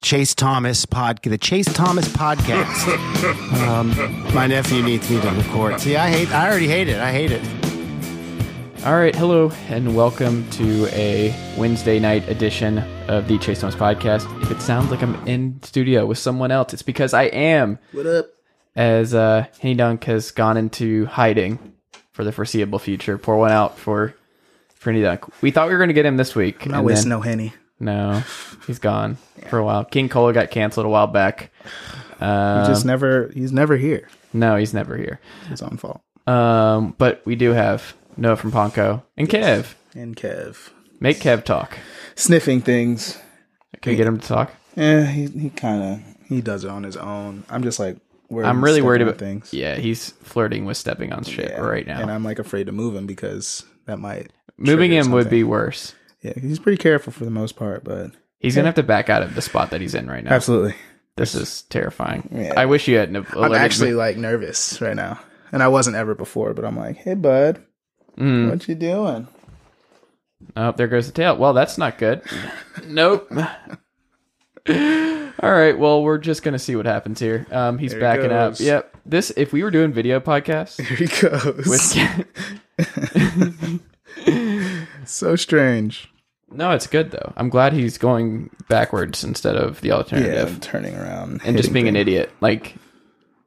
Chase Thomas pod, the Chase Thomas podcast. um, my nephew needs me to record. See, I hate. I already hate it. I hate it. All right, hello, and welcome to a Wednesday night edition of the Chase Thomas podcast. If it sounds like I'm in studio with someone else, it's because I am. What up? As uh, Henny Dunk has gone into hiding for the foreseeable future. Pour one out for for Henny Dunk. We thought we were going to get him this week. I'm not and wasting then- no henny. No, he's gone for a while. King Cola got canceled a while back. He just never. He's never here. No, he's never here. It's his own fault. Um, but we do have Noah from Ponco and Kev. And Kev Make Kev talk. sniffing things. Can we get him to talk? Yeah, he he kind of he does it on his own. I'm just like worried I'm really stepping worried on about things. Yeah, he's flirting with stepping on shit Yeah. right now. and I'm like afraid to move him because that might Moving trigger him would something. be worse. Yeah, he's pretty careful for the most part, but He's gonna have to back out of the spot that he's in right now. absolutely. This is terrifying. Yeah. I wish you hadn't have I'm alerted me. actually like nervous right now, and I wasn't ever before. But I'm like, hey, bud, Mm. what you doing? Oh, there goes the tail. Well, that's not good. nope. All right. Well, we're just gonna see what happens here. Um, he's There he backing up. goes. Yep. This if we were doing video podcasts Here he goes. with so strange. No, it's good though. I'm glad he's going backwards instead of the Yeah, alternative turning around and just hitting being an things. idiot like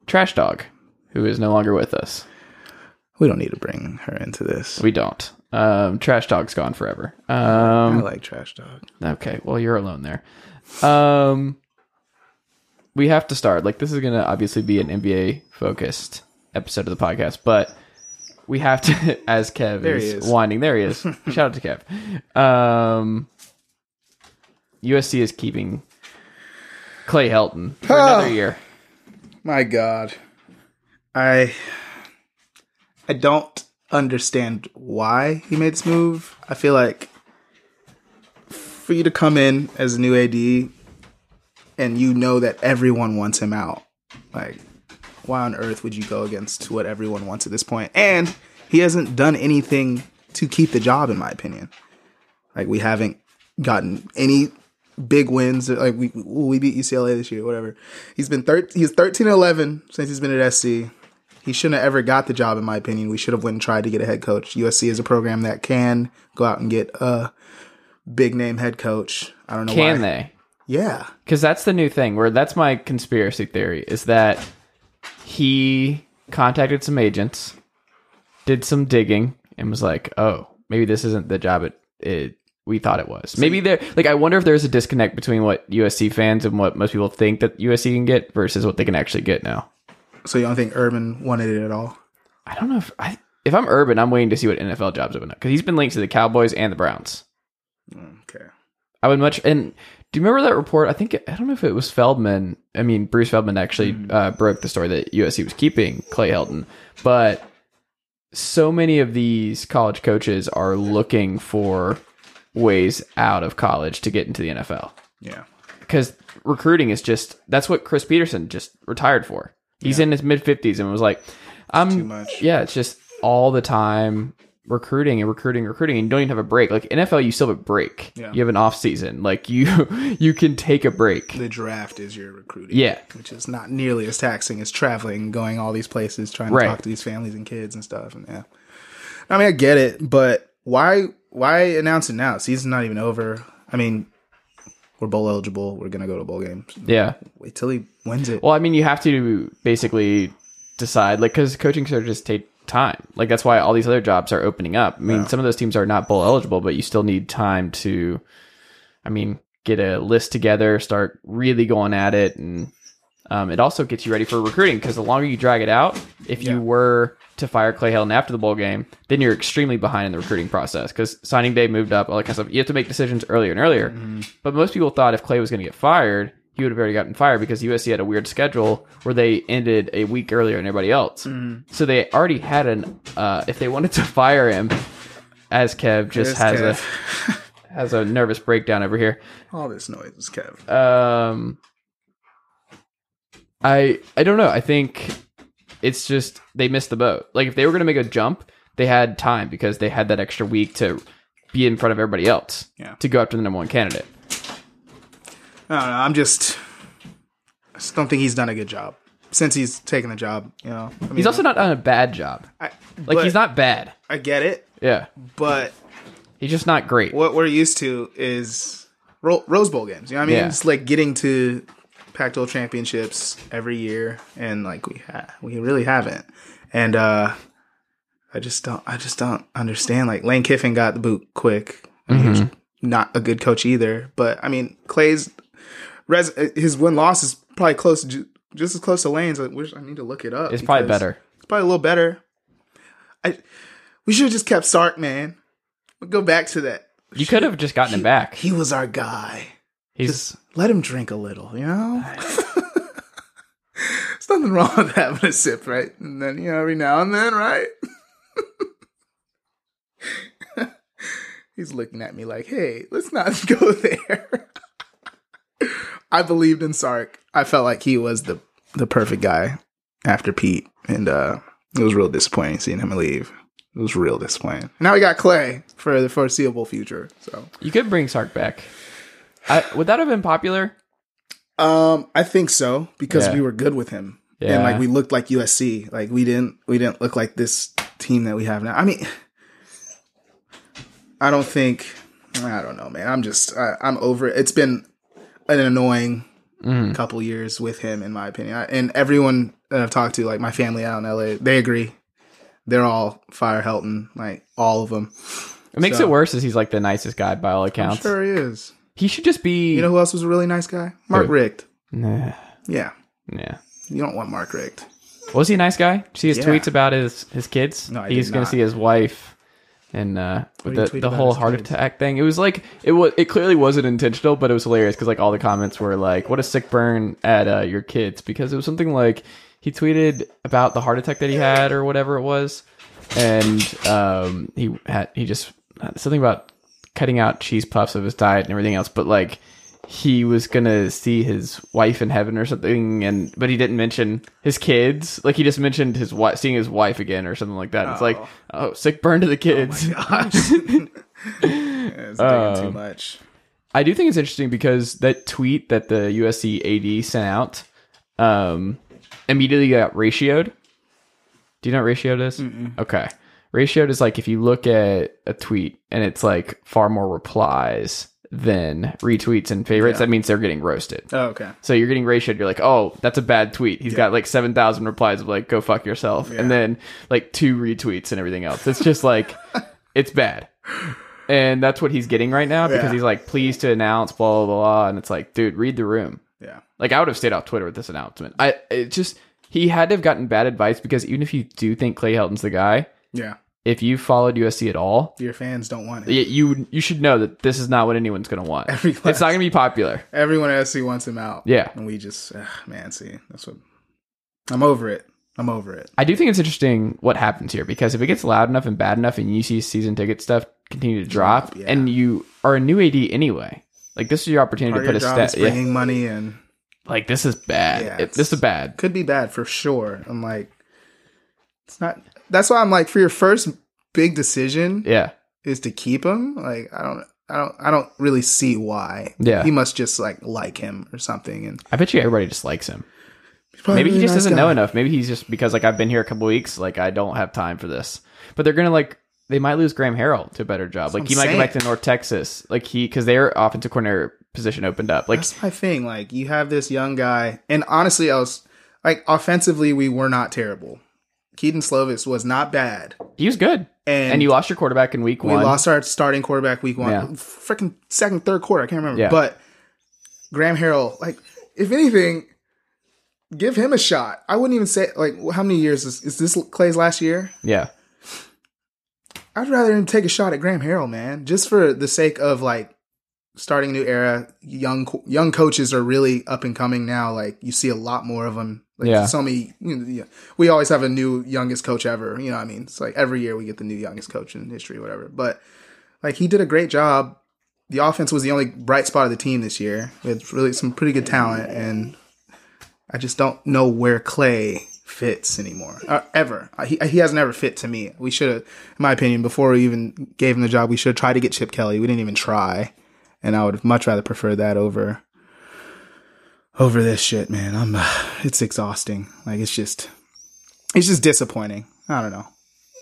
Trash Dog, who is no longer with us. We don't need to bring her into this. We don't. Um, Trash Dog's gone forever. I Um, like trash dog. okay, well you're alone there. Um, we have to start. Like this is gonna obviously be an NBA focused episode of the podcast, but we have to. As Kev There he is is. winding, there he is. Shout out to Kev. Um, USC is keeping Clay Helton for another year. My God, I I don't understand why he made this move. I feel like for you to come in as a new AD and you know that everyone wants him out, like why on earth would you go against what everyone wants at this point? And he hasn't done anything to keep the job, in my opinion. Like we haven't gotten any big wins. Like we we beat UCLA this year, whatever. He's been thir- he's thirteen and eleven since he's been at SC. He shouldn't have ever got the job, in my opinion. We should have went and tried to get a head coach. USC is a program that can go out and get a big name head coach. I don't know Can why. they? Yeah, Because that's the new thing. Where that's my conspiracy theory is that he contacted some agents, did some digging, and was like, "Oh, maybe this isn't the job it, it we thought it was." Maybe there, like, I wonder if there's a disconnect between what USC fans and what most people think that USC can get versus what they can actually get now. so you don't think Urban wanted it at all? I don't know if I, if I'm Urban, I'm waiting to see what NFL jobs open up because he's been linked to the Cowboys and the Browns. Okay. I would much and do you remember that report? I think I don't know if it was Feldman. I mean, Bruce Feldman actually uh, broke the story that USC was keeping Clay Helton, but so many of these college coaches are looking for ways out of college to get into the NFL Yeah. because recruiting is just that's what Chris Peterson just retired for. He's in his mid fifties and was like, "I'm too much. Yeah, it's just all the time recruiting and recruiting, recruiting, and you don't even have a break. Like NFL, you still have a break. Yeah. You have an off season. Like you, you can take a break. The draft is your recruiting. Yeah, Which is not nearly as taxing as traveling, going all these places, trying Right. to talk to these families and kids and stuff. And yeah. I mean, I get it, but why why announce it now? Season's not even over. I mean, we're bowl eligible. We're gonna go to bowl games. yeah. Wait till he wins it. Well, I mean, you have to basically decide, like, because coaching searches take time. Like, that's why all these other jobs are opening up. I mean, some of those teams are not bowl eligible, but you still need time to, I mean, get a list together, start really going at it, and Um, it also gets you ready for recruiting because the longer you drag it out, if you were to fire Clay Helton after the bowl game, then you're extremely behind in the recruiting process because signing day moved up, all that kind of stuff. You have to make decisions earlier and earlier. But most people thought if Clay was going to get fired, he would have already gotten fired because USC had a weird schedule where they ended a week earlier than everybody else. So they already had an. Uh, if they wanted to fire him, as Kev just has There's a Kev. has a nervous breakdown over here. All this noise is Kev. Um, I I don't know. I think it's just they missed the boat. Like if they were going to make a jump, they had time because they had that extra week to be in front of everybody else Yeah. to go after the number one candidate. I don't know. I'm just. I just don't think he's done a good job since he's taken the job. You know, I mean, He's also not done a bad job. I, Like but he's not bad. I get it, Yeah, but he's just not great. what we're used to is Ro- Rose Bowl games. You know what I mean? Yeah. It's like getting to Pac-12 championships every year, and like we ha- we really haven't. And uh I just don't. I just don't understand. Like Lane Kiffin got the boot quick. I mean, he was Mm-hmm. not a good coach either. But I mean, Clay's res- his win loss is probably close, ju- just as close to Lane's. I wish I need to look it up. It's probably because better. It's probably a little better. I we should have just kept Sark, man. We'll go back to that You could have just gotten him back. he was our guy. He's Let him drink a little, you know? There's nothing wrong with having a sip, right? And then, you know, every now and then, right? He's looking at me like, hey, let's not go there. I believed in Sark. I felt like he was the, the perfect guy after Pete. And uh, it was real disappointing seeing him leave. It was real disappointing. Now we got Clay for the foreseeable future. So you could bring Sark back. I, would that have been popular? Um, I think so because Yeah. we were good with him, and Yeah. like we looked like USC. Like we didn't we didn't look like this team that we have now. I mean, I don't think I don't know, man. I'm just I, I'm over it. It's been an annoying Mm-hmm. couple years with him, in my opinion. I, and everyone that I've talked to, like my family out in LA, they agree. They're all fire Helton, like all of them. It makes So- it worse as he's like the nicest guy by all accounts. Sure he is. He should just be. You know who else was a really nice guy? Mark Who? Richt. nah, Yeah, nah. you don't want Mark Richt. Was he a nice guy? Did you see his Yeah. tweets about his his kids. No, I he's did gonna not. see his wife, and uh, with did he the, tweet the about whole his heart kids? attack thing. It was like it was. It clearly wasn't intentional, but it was hilarious because like all the comments were like, "What a sick burn at uh, your kids," because it was something like he tweeted about the heart attack that he had or whatever it was, and um, he had he just something about cutting out cheese puffs of his diet and everything else, but like he was gonna see his wife in heaven or something, and but he didn't mention his kids. Like he just mentioned his wife, seeing his wife again or something like that. It's like, oh, sick burn to the kids. Yeah, it's digging Um, too much. I do think it's interesting because that tweet that the USC AD sent out um, immediately got ratioed. Do you know what ratioed is? Okay. Ratioed is like if you look at a tweet and it's like far more replies than retweets and favorites, that means they're getting roasted. Oh, okay. So you're getting ratioed. You're like, oh, that's a bad tweet. He's got like 7,000 replies of like, go fuck yourself. And then like two retweets and everything else. It's just like, it's bad. And that's what he's getting right now because Yeah. he's like, pleased to announce, blah, blah, blah. And it's like, dude, read the room. Yeah. Like, I would have stayed off Twitter with this announcement. I, it just, he had to have gotten bad advice because even if you do think Clay Helton's the guy, Yeah. if you followed USC at all, Your fans don't want it. y- you you should know that this is not what anyone's going to want. Every It's not going to be popular. Everyone at SC wants him out. Yeah. And we just, ugh, man, see, that's what. I'm over it. I'm over it. I do think it's interesting what happens here because if it gets loud enough and bad enough and you see season ticket stuff continue to drop yeah. and you are a new AD anyway, like this is your opportunity Part to of put your a job step. is Yeah, bringing money in. like this is bad. Yeah, It- this it's- is bad. Could be bad for sure. I'm like, it's not. That's why I'm like, for your first big decision Yeah. is to keep him. Like, I don't. I don't. I don't really see why. Yeah. He must just like like him or something. And I bet you everybody just likes him. he's probably Maybe a he really just nice doesn't guy. know enough. Maybe he's just because like I've been here a couple weeks, like I don't have time for this. But they're gonna like they might lose Graham Harrell to a better job. Like what he I'm might go back to saying. North Texas. Like he because their offensive coordinator position opened up. Like That's my thing. Like you have this young guy, and honestly, I was like offensively, we were not terrible. Keaton Slovis was not bad, he was good. and, And you lost your quarterback in week we one. lost our starting quarterback week one, Yeah. freaking second, third quarter. I can't remember, Yeah. but Graham Harrell. Like, if anything, give him a shot. I wouldn't even say like how many years is, is this Clay's last year? Yeah. I'd rather him take a shot at Graham Harrell, man, just for the sake of like starting a new era. Young co- young coaches are really up and coming now. Like you see a lot more of them. Like, Yeah. So many. You know, yeah. we always have a new youngest coach ever. You know, what I mean, it's like every year we get the new youngest coach in history, whatever. But like he did a great job. The offense was the only bright spot of the team this year. We had really some pretty good talent, and I just don't know where Clay fits anymore, uh, ever. Uh, He, he hasn't ever fit to me. We should have, in my opinion, before we even gave him the job, we should have tried to get Chip Kelly. We didn't even try, and I would much rather prefer that over over this shit, man. I'm, uh, it's exhausting. Like it's just, it's just disappointing. I don't know.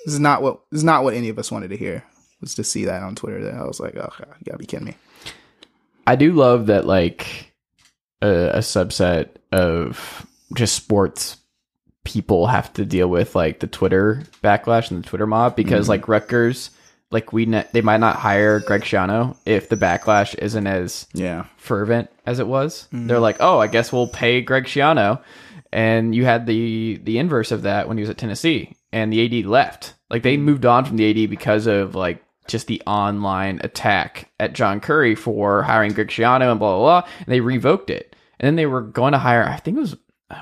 This is not what this is not what any of us wanted to hear. Was to see that on Twitter. That I was like, oh, God, you gotta be kidding me. I do love that like a, a subset of just sports people have to deal with like the Twitter backlash and the Twitter mob because like Rutgers, like we ne- they might not hire Greg Schiano if the backlash isn't as Yeah. fervent as it was. They're like, oh, I guess we'll pay Greg Schiano, and you had the the inverse of that when he was at Tennessee, and the AD left. Like they moved on from the AD because of like just the online attack at John Curry for hiring Greg Schiano and blah blah blah, and they revoked it. And then they were going to hire, I think it was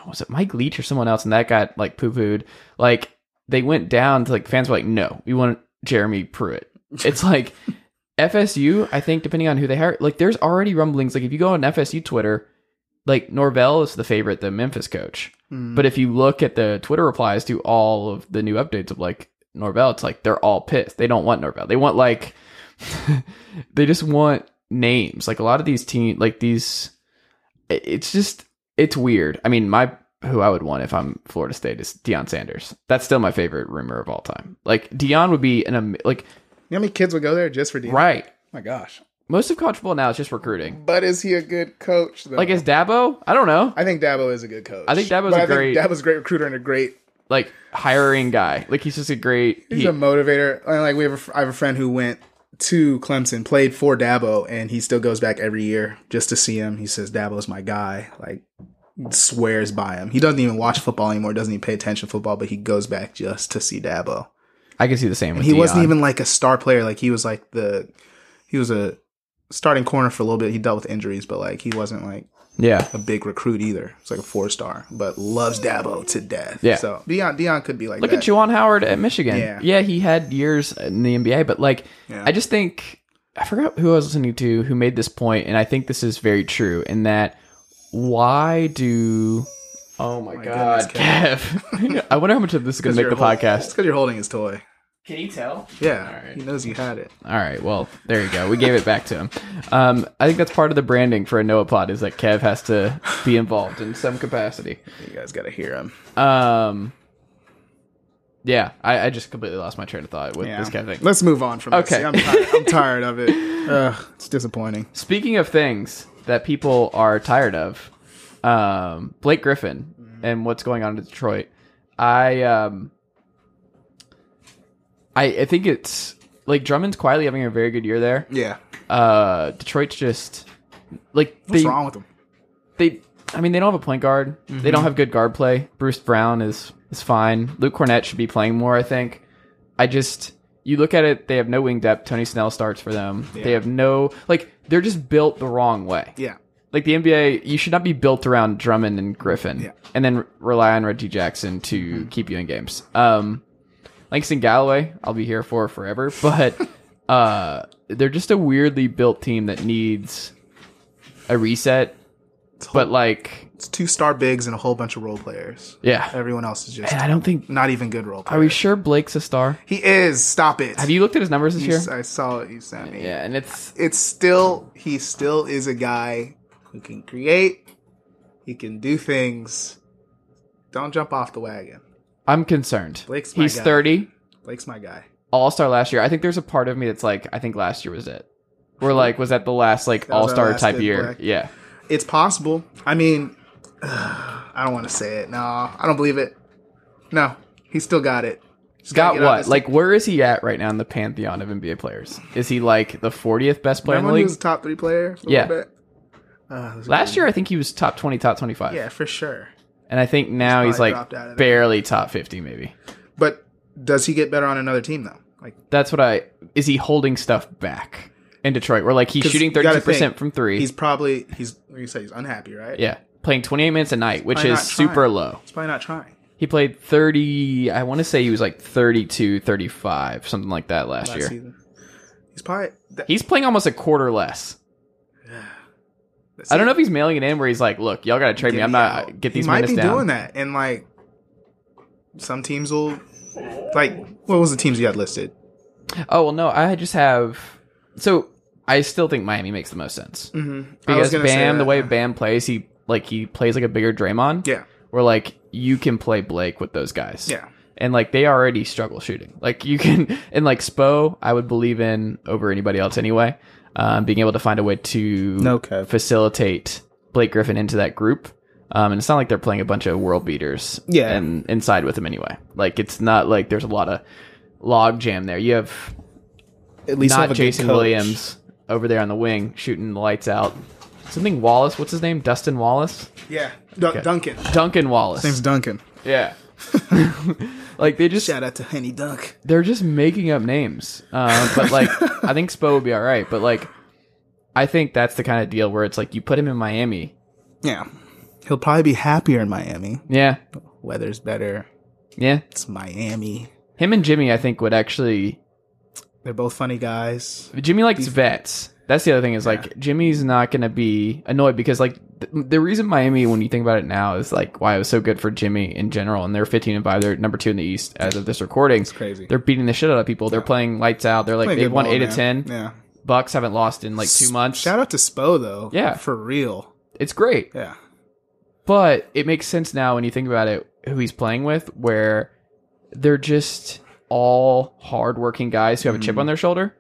was it Mike Leach or someone else, and that got like poo pooed. Like they went down to like fans were like, no, we want Jeremy Pruitt. It's like FSU, I think, depending on who they hire, like there's already rumblings. Like if you go on FSU Twitter, like Norvell is the favorite, the Memphis coach. But if you look at the Twitter replies to all of the new updates of like Norvell, it's like they're all pissed. They don't want Norvell. They want like they just want names. Like a lot of these team, like these, it- it's just it's weird. I mean, my who I would want if I'm Florida State is Deion Sanders. That's still my favorite rumor of all time. Like Deion would be an am- like You know how many kids would go there just for D? right. my gosh. Most of college football now is just recruiting. But is he a good coach? Though? Like is Dabo? I don't know. I think Dabo is a good coach. I think Dabo's But a I think great- Dabo's a great recruiter and a great. Like hiring guy. Like he's just a great. He's he- a motivator. And like we have, a, fr- I have a friend who went to Clemson, played for Dabo, and he still goes back every year just to see him. He says Dabo's my guy. Like swears by him. He doesn't even watch football anymore. Doesn't even pay attention to football, but he goes back just to see Dabo. I can see the same. With he wasn't Deion. even like a star player. Like he was like the he was a starting corner for a little bit. He dealt with injuries, but like he wasn't like Yeah. a big recruit either. It's like a four star, but loves Dabo to death. Yeah. So Dion Dion could be like Look that. at Juwan Howard at Michigan. Yeah. Yeah. he had years in the NBA, but like, Yeah. I just think I forgot who I was listening to who made this point, and I think this is very true in that why do oh my, god, Kev, I wonder how much of this is going to make the It's podcast. because you're holding his toy. Can you tell? Yeah. He knows you had it. All right, well, there you go. We gave it back to him. Um, I think that's part of the branding for a Noah pod is that Kev has to be involved in some capacity. You guys got to hear him. Um, yeah, I, I just completely lost my train of thought with Yeah. this kind of thing. Let's move on from Okay. this. I'm tired, I'm tired of it. Ugh, it's disappointing. Speaking of things that people are tired of, um, Blake Griffin and what's going on in Detroit. I um, I, I think it's like Drummond's quietly having a very good year there. Yeah. Uh, Detroit's just like What's they wrong with him? they I mean they don't have a point guard. They don't have good guard play. Bruce Brown is is fine. Luke Cornett should be playing more, I think. I just you look at it, they have no wing depth. Tony Snell starts for them. They have no like they're just built the wrong way. Yeah. Like the NBA, you should not be built around Drummond and Griffin Yeah. Mm-hmm. and then re- rely on Reggie Jackson to keep you in games. Um Langston Galloway, I'll be here for forever, but uh they're just a weirdly built team that needs a reset. But like It's two star bigs and a whole bunch of role players. yeah. Everyone else is just And I don't think. not even good role Are players. we sure Blake's a star? He is. Stop it. Have you looked at his numbers this You year? s- I saw it. You sent me. Yeah, and it's It's still. He still is a guy who can create. He can do things. Don't jump off the wagon. I'm concerned. Blake's my He's guy. 30, Blake's my guy. All Star last year. I think there's a part of me that's like, I think last year was it. We're like, was that the last like That was our All Star last type good year? Black. Yeah, It's possible. I mean, I don't want to say it. No, I don't believe it. No, he still got it. He's gotta got get out of what? this- Like, where is he at right now in the pantheon of NBA players? Is he like the 40th best player remember when in the he was a league? top three player? for a Yeah. little bit? Uh, it was a Last good- year, I think he was top 20, top 25. Yeah, for sure. And I think now he's probably like dropped out of it. barely top 50, maybe. But does he get better on another team though? Like That's what I. Is he holding stuff back in Detroit? Where like he's 'cause shooting you gotta 32% think, from three. He's probably he's like you said he's unhappy, right? yeah. Playing 28 minutes a night, which Probably is not trying. super low. He's probably not trying. He played 30, I want to say he was like 32, 35, something like that last, Last year. season. He's probably that, He's playing almost a quarter less. I don't know if he's mailing it in where he's like, "Look, y'all gotta trade me. I'm not get these he might minutes be down." doing that, and like some teams will like what was the teams you had listed? Oh well, no, I just have. So I still think Miami makes the most sense Mm-hmm. because Bam, the way Bam plays, he like he plays like a bigger Draymond. yeah, where like you can play Blake with those guys. yeah, and like they already struggle shooting. Like you can and like Spo, I would believe in over anybody else anyway. Um, being able to find a way to No cap. facilitate Blake Griffin into that group. Um, and it's not like they're playing a bunch of world beaters Yeah. and inside with him anyway. Like it's not like there's a lot of log jam there. You have at least not Jason Williams over there on the wing shooting the lights out. Something Wallace, what's his name? Dustin Wallace? Yeah, Dun- Duncan. Duncan Wallace. Name's Duncan. yeah. like they just Shout out to Henny Dunk. they're just making up names. Uh, but like, I think Spo would be all right. But like, I think that's the kind of deal where it's like you put him in Miami. Yeah, he'll probably be happier in Miami. Yeah, Weather's better. yeah. It's Miami. Him and Jimmy, I think, would actually. They're both funny guys. Jimmy likes vets. That's the other thing is like Jimmy's not gonna be annoyed because like th- the reason Miami, when you think about it now, is like why it was so good for Jimmy in general. And they're 15 and five. They're number two in the East as of this recording. It's crazy. They're beating the shit out of people. They're playing lights out. They're like Play they good won ball, eight man. of ten. Yeah. Bucks haven't lost in like two months. Shout out to Spo though. Yeah. for real. It's great. Yeah, but it makes sense now when you think about it who he's playing with where they're just all hardworking guys who have a chip on their shoulder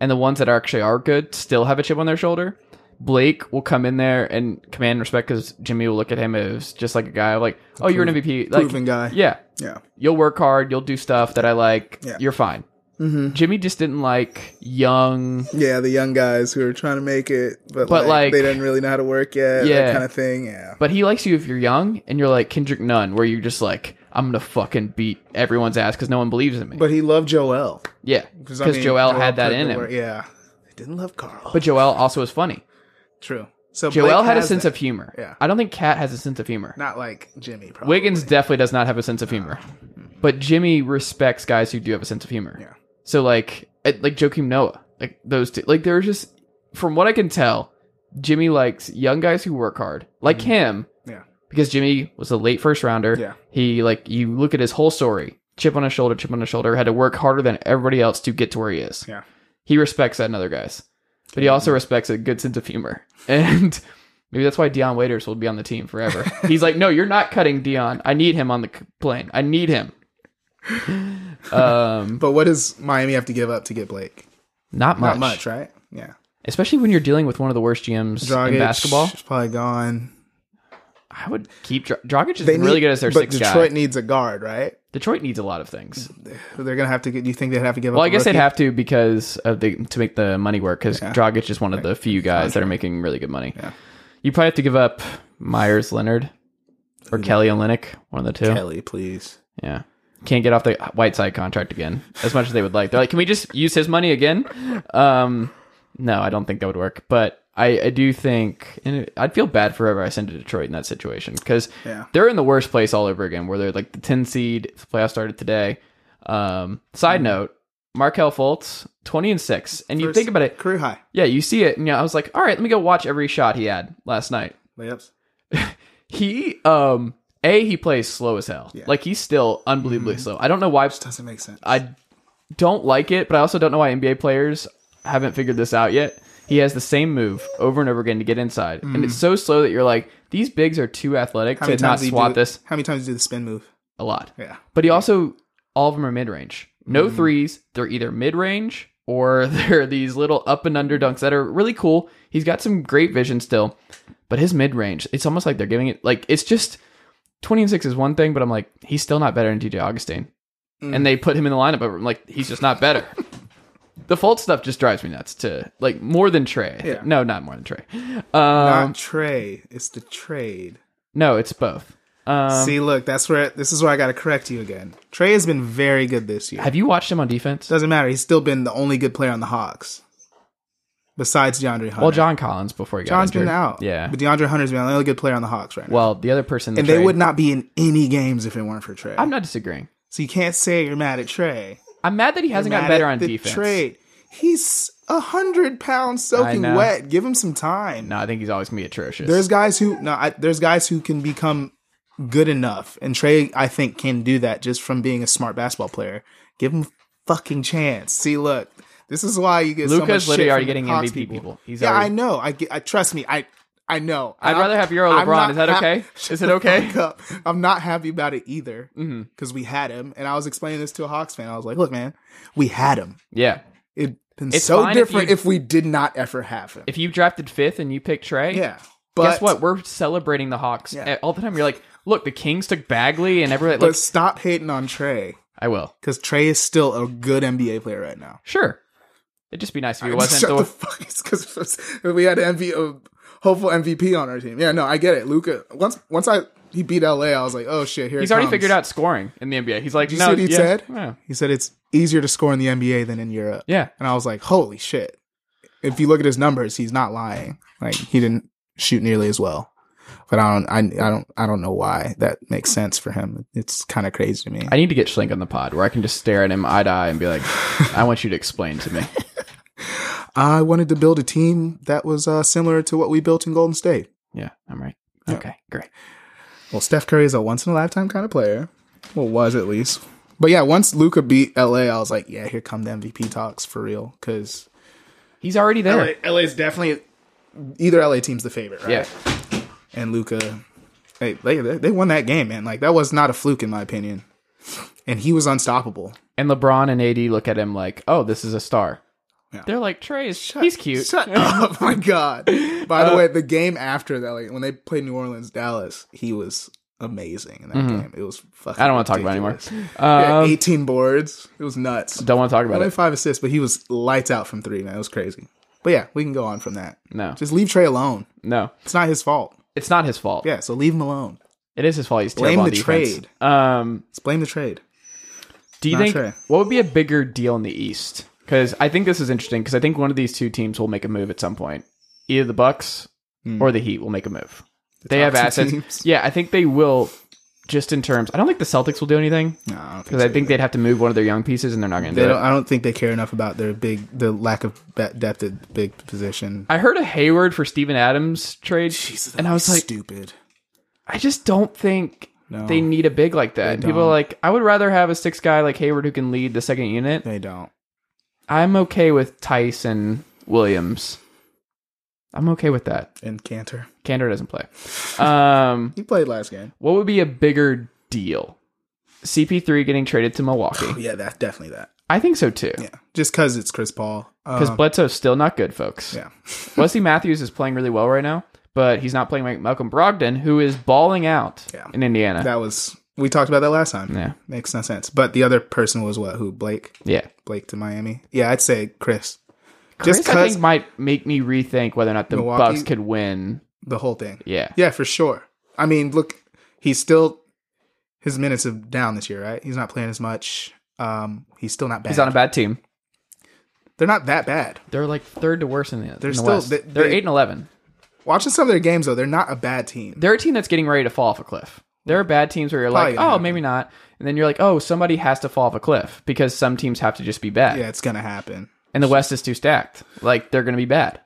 and the ones that are actually are good still have a chip on their shoulder blake will come in there and command respect because jimmy will look at him as just like a guy like oh you're an mvp like, proven guy. yeah yeah. you'll work hard you'll do stuff that i like Yeah. you're fine jimmy just didn't like young Yeah, the young guys who are trying to make it, but, But, like, like- they didn't really know how to work yet. Yeah. that kind of thing. Yeah, But he likes you if you're young and you're like Kendrick Nunn, where you're just like, I'm gonna fucking beat everyone's ass because no one believes in me. but he loved Joel yeah, because Joel had that in him. Yeah, he didn't love Carl. But Joel also was funny. true. So Joel Blake had a has sense that. of humor. Yeah. I don't think Kat has a sense of humor. not like Jimmy. Probably. Wiggins definitely does not have a sense of humor. But Jimmy respects guys who do have a sense of humor. Yeah. So like it- like Joakim Noah, like those two, like there's just from what I can tell, Jimmy likes young guys who work hard, like Mm-hmm. him. Yeah. Because Jimmy was a late first rounder. Yeah. He like you look at his whole story, chip on his shoulder, chip on his shoulder, had to work harder than everybody else to get to where he is. Yeah. He respects that in other guys, but he also respects a good sense of humor and. Maybe that's why Dion Waiters will be on the team forever. He's like, no, you're not cutting Dion. I need him on the c- plane. I need him. Um, But what does Miami have to give up to get Blake? not much, Not much, right? Yeah, especially when you're dealing with one of the worst GMs Dragic in basketball. is probably gone. I would keep Dra- Dragic has been really good as their but sixth Detroit guy. needs a guard, right? Detroit needs a lot of things. They're gonna have to get. Do you think they'd have to give Well, up? I a guess they'd rookie? have to because of the to make the money work because Dragic is one of the few guys that are making really good money. You probably have to give up Myers Leonard or Kelly Olynyk, one of the two. Kelly, please. Yeah. Can't get off the Whiteside contract again, as much as they would like. They're like, can we just use his money again? Um, no, I don't think that would work. But I, I do think, and it, I'd feel bad forever I send to Detroit in that situation because Yeah. they're in the worst place all over again, where they're like the 10 seed. The playoff started today. Um, side note, Markel Fultz, 20 and 6. And you Mm-hmm. First think about it. Career high Yeah, you see it. And you know, I was like, all right, let me go watch every shot he had last night layups. he um a he plays slow as hell like he's still unbelievably Mm-hmm. slow i don't know why Doesn't make sense. i don't like it but i also don't know why nba players haven't figured this out yet he has the same move over and over again to get inside and Mm. it's so slow that you're like these bigs are too athletic to not do you swat do, this How many times do you do the spin move? a lot Yeah. but he also all of them are mid-range no Mm-hmm. threes they're either mid-range or they're these little up and under dunks that are really cool he's got some great vision still but his mid-range it's almost like they're giving it like it's just 20 and 6 is one thing but i'm like he's still not better than dj augustine Mm. and they put him in the lineup over him like he's just not better the fault stuff just drives me nuts to like more than trey I think. Yeah. no not more than trey um, Not Trey. It's the trade. no it's both See, look, that's where this is where I got to correct you again. Trey has been very good this year. Have you watched him on defense? Doesn't matter. He's still been the only good player on the Hawks, besides DeAndre Hunter. Well, John Collins before he got John's injured. been out. Yeah. but DeAndre Hunter's been the only good player on the Hawks right now. well, the other person, and they would not be in any games if it weren't for Trey. I'm not disagreeing. so you can't say you're mad at Trey. I'm mad that he hasn't You're gotten mad better at on the defense. Trade. He's a hundred pounds soaking know. wet. Give him some time. No, I think he's always gonna be atrocious. There's guys who no. I, there's guys who can become good enough, and Trey I think can do that just from being a smart basketball player. Give him a fucking chance. See, look, this is why you get so Luka's much literally shit already from getting Hawks MVP people. He's yeah, already- I know. I, get, I trust me. I I know. I'd And I'm- rather have Euro LeBron. I'm not Is that hap- okay? Shut Is it the okay? Mm-hmm. fuck up. I'm not happy about it either because we had him, and I was explaining this to a Hawks fan. I was like, look, man, we had him. yeah. It'd been It's so fine if different you- if, we did not ever have him. If you drafted fifth and you picked Trey, yeah. But guess what? We're celebrating the Hawks Yeah. all the time. You're like, look, the Kings took Bagley and everybody. But Like, stop hating on Trey I will. because Trey is still a good NBA player right now. Sure. It'd just be nice if he wasn't. Shut the- the fuck. It's because we had an MV, a uh, hopeful MVP on our team. Yeah, no, I get it. Luca. Once once I he beat LA, I was like, oh shit. Here he's it already comes. figured out scoring in the NBA. He's like, Did you no, see what he yeah, said? yeah. He said it's easier to score in the NBA than in Europe. Yeah. And I was like, holy shit. If you look at his numbers, he's not lying. Like he didn't shoot nearly as well. But I don't I, I don't I don't know why that makes sense for him. It's kind of crazy to me. I need to get Schlink on the pod where I can just stare at him eye to eye and be like, I want you to explain to me. I wanted to build a team that was uh, similar to what we built in Golden State. Yeah, I'm right. Okay, great. Well, Steph Curry is a once in a lifetime kind of player. Well, was at least. But yeah, once Luca beat LA, I was like, yeah, here come the MVP talks for real cuz He's already there. LA, LA is definitely either LA team's the favorite, right? Yeah. and Luca, hey, they they won that game, man. Like that was not a fluke in my opinion, and he was unstoppable. And LeBron and AD look at him like, oh, this is a star. They're like, Trey is, he's cute. Shut up, my God! By Uh, the way, the game after that, like when they played New Orleans, Dallas, he was amazing in that game. It was fucking. Mm-hmm. I don't want to talk about it anymore. Um, ridiculous. Yeah, Eighteen boards. It was nuts. Don't want to talk about Only it. five assists, but he was lights out from three, man. It was crazy. But yeah, we can go on from that. No, Just leave Trey alone. no. It's not his fault. It's not his fault. Yeah, so leave him alone. It is his fault. He's Blame terrible on the defense. Um, Let's blame the trade. do you Not think Trey. what would be a bigger deal in the East? Because I think this is interesting. Because I think one of these two teams will make a move at some point. Either the Bucks or the Heat will make a move. they top have two assets. Hmm. teams. Yeah, I think they will. Just in terms, I don't think the Celtics will do anything No, I don't think because I think they'd have to move one of their young pieces, and they're not going to They do it. don't, I don't think they care enough about their big, the lack of be- depth at big position. I heard a Hayward for Steven Adams trade, and I was like, stupid. I just don't think No. they need a big like that. And people are like, I would rather have a six guy like Hayward who can lead the second unit. They don't. I'm okay with Tice and Williams. I'm okay with that. And Cantor, Candor doesn't play. Um, he played last game. what would be a bigger deal? CP3 getting traded to Milwaukee. Yeah, that's definitely that. I think so too. Yeah, just because it's Chris Paul. Because Um, Bledsoe's still not good, folks. yeah, Wesley Matthews is playing really well right now, but he's not playing like Malcolm Brogdon, who is balling out Yeah. in Indiana. that was we talked about that last time. Yeah. makes no sense. But the other person was what? Who? Blake. yeah. Blake to Miami. Yeah, I'd say Chris. Chris, Just I because think, might make me rethink whether or not the Milwaukee- Bucks could win. the whole thing. Yeah. Yeah, for sure. I mean, look, he's still his minutes are down this year, right? He's not playing as much. Um, he's still not bad. He's on a bad team. They're not that bad. They're like third to worst in the, they're in the still- West. they- they're they- 8 and 11. Watching some of their games though, they're not a bad team. They're a team that's getting ready to fall off a cliff. There are bad teams where you're Probably like, gonna oh, happen. maybe not. And then you're like, oh, somebody has to fall off a cliff because some teams have to just be bad. Yeah, it's gonna happen. And the West is too stacked. Like, they're going to be bad.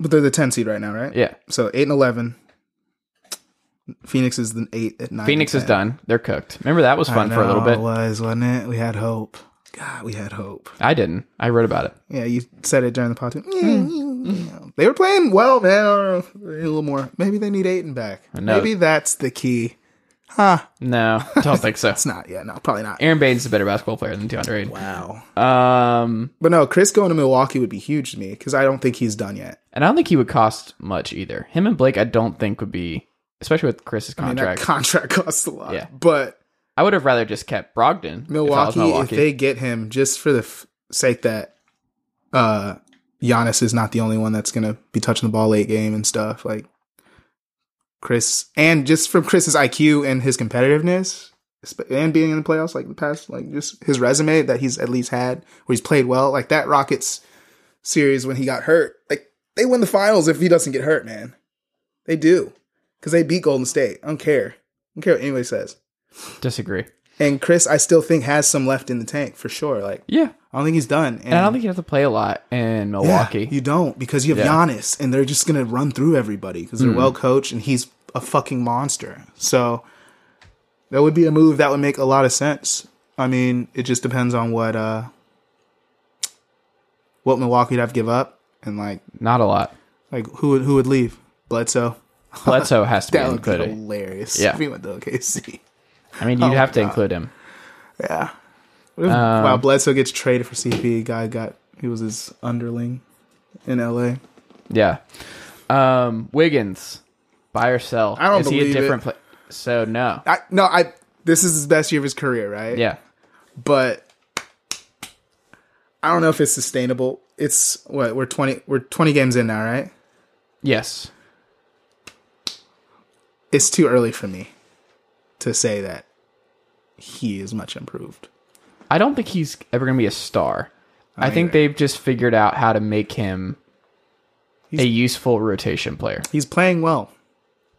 But they're the ten seed right now, right? Yeah. So eight and eleven. Phoenix is the eight at nine. Phoenix and is 10. done. They're cooked. Remember, that was fun I for a little know, It bit. was wasn't it? We had hope. God, we had hope. I didn't. I wrote about it. Yeah, you said it during the pod. too. Hmm. They were playing well, man. I don't know. They need A little more. Maybe they need Aiton back. know. Maybe that's the key. No, I don't think so. It's not. Yeah, no, probably not. Aaron Baines is a better basketball player than DeAndre Ayton. Wow. Um, But no, Chris going to Milwaukee would be huge to me because I don't think he's done yet. and I don't think he would cost much either. Him and Blake, I don't think would be, especially with Chris's I mean, contract. that contract costs a lot. Yeah. But I would have rather just kept Brogdon. if I was Milwaukee, if, Milwaukee. they get him just for the f- sake that uh Giannis is not the only one that's going to be touching the ball late game and stuff, like Chris, and just from Chris's IQ and his competitiveness, sp- and being in the playoffs like the past, like just his resume that he's at least had where he's played well, like that Rockets series when he got hurt, like they win the finals if he doesn't get hurt, man. They do because they beat Golden State. I don't care. I don't care what anybody says. Disagree. And Chris, I still think has some left in the tank for sure. Like Yeah, I don't think he's done. and I don't think you have to play a lot in Milwaukee. Yeah, you don't because you have Yeah. Mm. Giannis, and they're just gonna run through everybody because they're well coached, and he's a fucking monster. So that would be a move that would make a lot of sense. I mean, it just depends on what uh what Milwaukee would have to give up, and like Not a lot. like who would who would leave Bledsoe. Bledsoe has to be That would be included. hilarious. Yeah. if he went to OKC. I mean, you'd Oh have to my God. include him. Yeah. What if, wow, Bledsoe gets traded for CP. Guy got he was his underling in LA. Yeah. Um, Wiggins, buy or sell? I don't Is he a believe it. different player? So no. I, no, I. This is his best year of his career, right? Yeah. But I don't know if it's sustainable. It's what we're twenty. We're twenty games in now, right? Yes. It's too early for me to say that he is much improved. I don't think he's ever going to be a star. I, think they've just figured out how to make him a useful rotation player. He's playing well.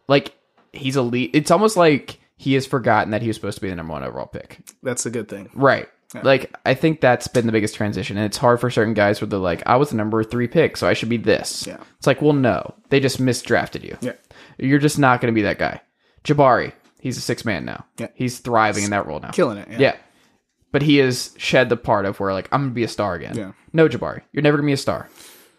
Like he's a lead. It's almost like he has forgotten that he was supposed to be the number one overall pick. That's a good thing. Right. Like I think that's been the biggest transition, and it's hard for certain guys where they're like, "I was the number three pick, so I should be this." Yeah. It's like, well, no, they just misdrafted you. Yeah. You're just not going to be that guy. Jabari, he's a six man now. Yeah. He's thriving in that role now. Killing it. Yeah. Yeah. But he has shed the part of where like I'm gonna be a star again. Yeah. No, Jabari, you're never gonna be a star.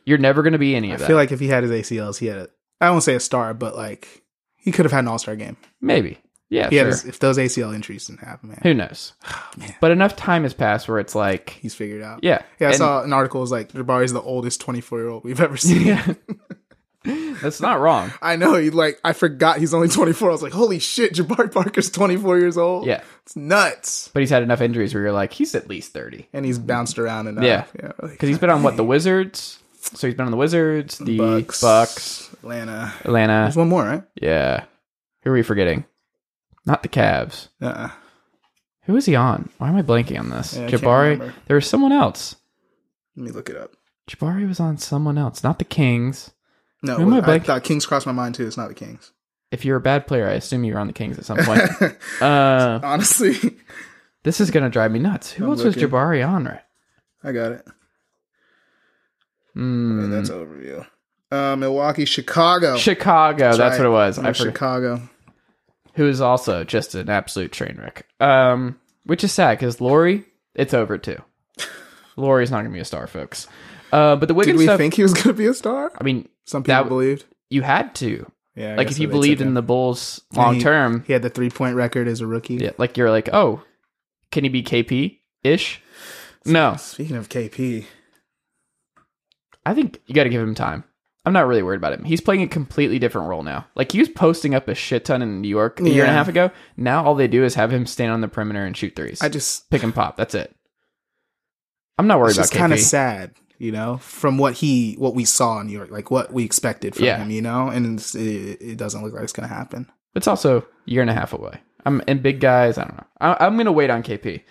You're never gonna be any of I that. feel like if he had his ACLs, he had a. I won't say a star, but like he could have had an All Star game. Maybe. Yeah. He Sure. had his, if those ACL injuries didn't happen, man. Who knows? Oh, But enough time has passed where it's like, He's figured it out. yeah, Yeah, I And saw an article it was like Jabari's the oldest 24 year old we've ever seen. that's not wrong. I know. You like I forgot he's only 24. I was like, holy shit, Jabari Parker's 24 years old. Yeah. it's nuts. But he's had enough injuries where you're like, he's at least thirty. And he's bounced around enough. Yeah. yeah. Like, Because he's been on what the Wizards. So he's been on the Wizards, the Bucks, Atlanta. Atlanta. There's one more, right? Yeah. Who are we forgetting? Not the Cavs. Uh-uh. Who is he on? Why am I blanking on this? Yeah, I can't Jabari. remember. There was someone else. Let me look it up. Jabari was on someone else, not the Kings. No, Who am I I blanking- thought Kings crossed my mind too. It's not the Kings. If you're a bad player, I assume you were on the Kings at some point. uh, Honestly, this is gonna drive me nuts. Who I'm else was looking. Jabari on? Right? I got it. Mm, And That's overview. Uh, Milwaukee, Chicago. Chicago. That's, Oh, right. what it was. I Remember forgot. Chicago. Who is also just an absolute train wreck. Um, which is sad because Lori, it's over too. Lori's not gonna be a star, folks. Uh, but the Did Wiggins we stuff. think he was going to be a star? I mean, Some people That w- believed. you had to. Yeah, I like guess if you they believed took in him. the Bulls long he- term, He had the three point record as a rookie. yeah, like you're like, oh, can he be KP ish? No, Speaking of KP, I think you got to give him time. I'm not really worried about him. He's playing a completely different role now. Like he was posting up a shit ton in New York a year and a Yeah. half ago. Now all they do is have him stand on the perimeter and shoot threes, I just pick and pop. That's it. I'm not worried it's just about kind KP. of sad, you know, from what he what we saw in New York, like what we expected from Yeah. him, you know, and it's, it, it doesn't look like it's gonna happen. It's also a year and a half away. I'm and big guys. I don't know. I, I'm gonna wait on KP.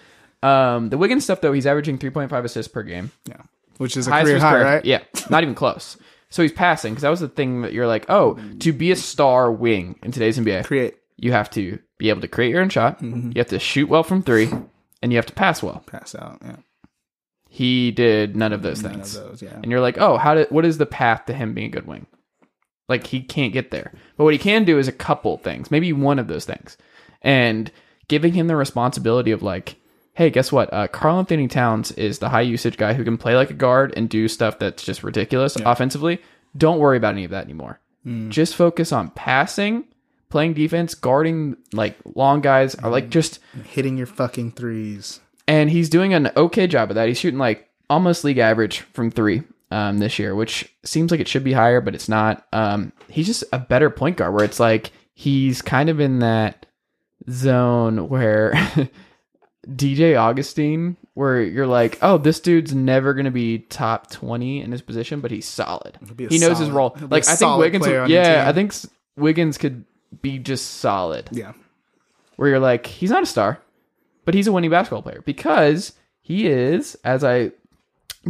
Um, the Wiggins stuff though, he's averaging 3.5 assists per game. Yeah, which is a Highest career was high, Greg. right? Yeah, not even close. So he's passing because that was the thing that you're like, oh, to be a star wing in today's NBA, create Mm-hmm. you have to be able to create your own shot, you have to shoot well from three, and you have to pass well. pass out. Yeah, He did none of those None of things, those. Yeah, and you're like, oh, how did? What is the path to him being a good wing? Like he can't get there, but what he can do is a couple things, maybe one of those things, and giving him the responsibility of like. Hey, guess what? Uh, Carl Anthony Towns is the high usage guy who can play like a guard and do stuff that's just ridiculous offensively. Don't worry about any of that anymore. Just focus on passing, playing defense, guarding like long guys, or like just hitting your fucking threes. and he's doing an okay job of that. He's shooting like almost league average from three um, this year, which seems like it should be higher, but it's not. Um, he's just a better point guard where it's like he's kind of in that zone where DJ Augustine, where you're like, oh, this dude's never going to be top 20 in his position, but he's solid. be a He knows his solid- role. he'll be a Like, I think solid Wiggins, player would- on your yeah, team. I think s- Wiggins could be just solid. Yeah. Where you're like, he's not a star, but he's a winning basketball player because he is, as I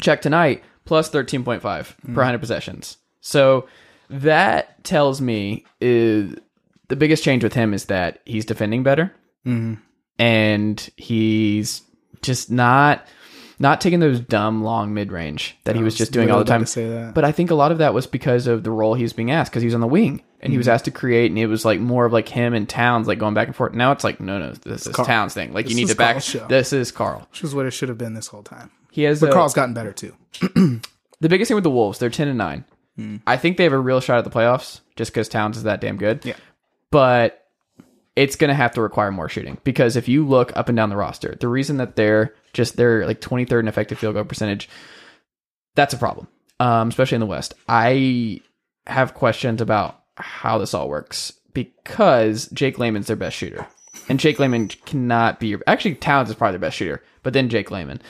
checked tonight, plus 13.5 Mm. per 100 possessions. So that tells me is the biggest change with him is that he's defending better Mm-hmm. and he's just not not taking those dumb long mid range that he was just doing all the literally time. about to say that. But I think a lot of that was because of the role he was being asked because he was on the wing and Mm-hmm. he was asked to create, and it was like more of like him and Towns like going back and forth. Now it's like no, no, this is Carl. Towns thing. Like you This need is to back. Carl's show. This is Carl. Which is what it should have been this whole time. He has But a- Carl's gotten better too. the biggest thing with the Wolves. They're ten and nine. I think they have a real shot at the playoffs just because Towns is that damn good. Yeah. but it's going to have to require more shooting because if you look up and down the roster, the reason that they're just they're like 23rd in effective field goal percentage, that's a problem, um, especially in the West. I have questions about how this all works because Jake Lehman's their best shooter, and Jake Lehman cannot be your actually Towns is probably their best shooter, but then Jake Lehman.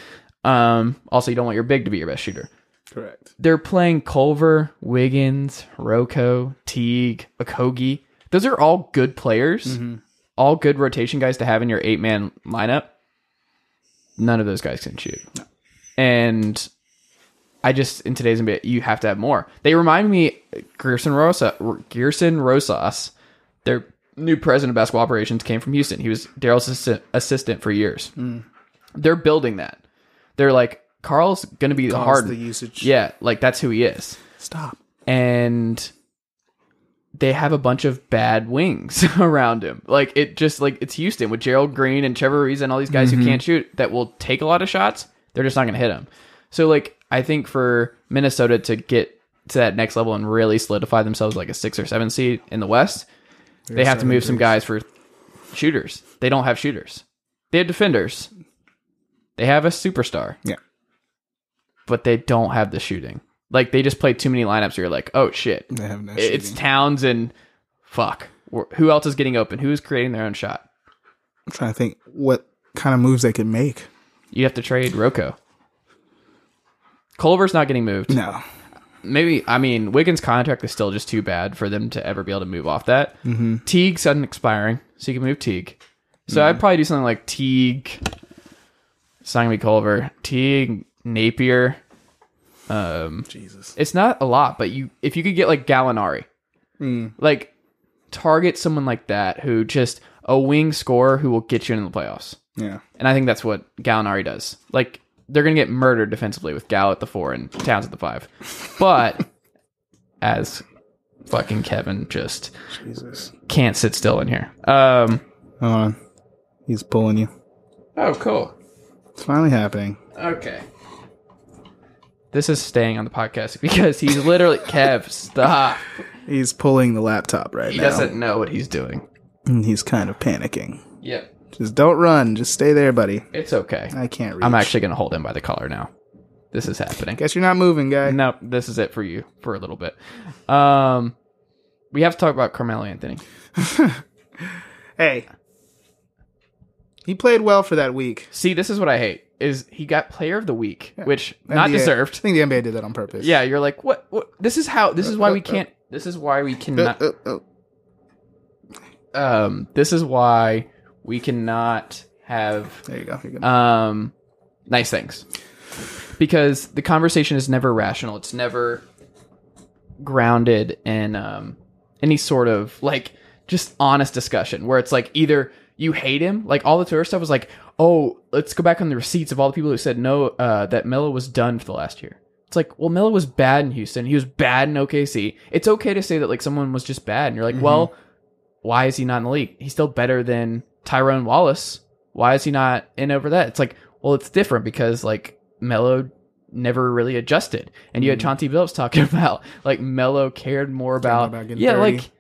Um, also, you don't want your big to be your best shooter Correct. they're playing Culver, Wiggins, Rocco, Teague, Akogi. Those are all good players, all good rotation guys to have in your eight man lineup. None of those guys can shoot. And I just, in today's NBA, you have to have more. They remind me, Gerson Rosa, Gerson Rosas, their new president of basketball operations, came from Houston. He was Daryl's assistant, assistant for years. They're building that. They're like, Carl's going to be the hard. the usage. Yeah, like that's who he is. Stop. And they have a bunch of bad wings around him. Like it just like it's Houston with Gerald Green and Trevor Reese and all these guys who can't shoot that will take a lot of shots. They're just not going to hit them. So like I think for Minnesota to get to that next level and really solidify themselves like a 6 or 7 seed in the West, they have to move some guys for shooters. They don't have shooters. They have defenders. They have a superstar Yeah. but they don't have the shooting. Like they just play too many lineups where you're like, oh shit, They have no it's shooting. Towns and fuck. Wh- Who else is getting open? Who's creating their own shot? I'm trying to think what kind of moves they could make. You'd have to trade Rocco. Culver's not getting moved. No. Maybe I mean Wiggins' contract is still just too bad for them to ever be able to move off that. Mm-hmm. Teague's unexpiring, so you can move Teague. So I'd probably do something like Teague. It's not gonna be Culver. Teague Napier. Um, Jesus. it's not a lot, but you if you could get like Gallinari, like target someone like that who just a wing scorer who will get you in the playoffs. Yeah. And I think that's what Gallinari does. Like they're gonna get murdered defensively with Gal at the four and Towns at the five, but as fucking Kevin just Jesus. can't sit still in here. Um. Hold on. He's pulling you. Oh, cool. It's finally happening. Okay. This is staying on the podcast because he's literally Kev. Stop. He's pulling the laptop right He now. doesn't know what he's doing. And he's kind of panicking. Yep. Just don't run. Just stay there, buddy. It's okay. I can't reach. I'm actually going to hold him by the collar now. This is happening. Guess you're not moving, guy. No, this is it for you for a little bit. Um, we have to talk about Carmelo Anthony. Hey. He played well for that week. See, this is what I hate: is he got Player of the Week, which not NBA I deserved. think the NBA did that on purpose. Yeah, you're like, what, what? This is how. This is why we can't. This is why we cannot. Oh, oh. Um, this is why we cannot have There you go. You're good. um, nice things because the conversation is never rational it's never grounded in um, any sort of like just honest discussion where it's like either you hate him like all the twitter stuff was like oh let's go back on the receipts of all the people who said no uh, that Melo was done for the last year it's like well Melo was bad in houston he was bad in okc it's okay to say that like someone was just bad and you're like well why is he not in the league? He's still better than Tyrone Wallace. Why is he not in over that? It's like, well, it's different because like Melo never really adjusted, and you had Chauncey Billups talking about like Melo cared more about, about getting yeah, dirty. like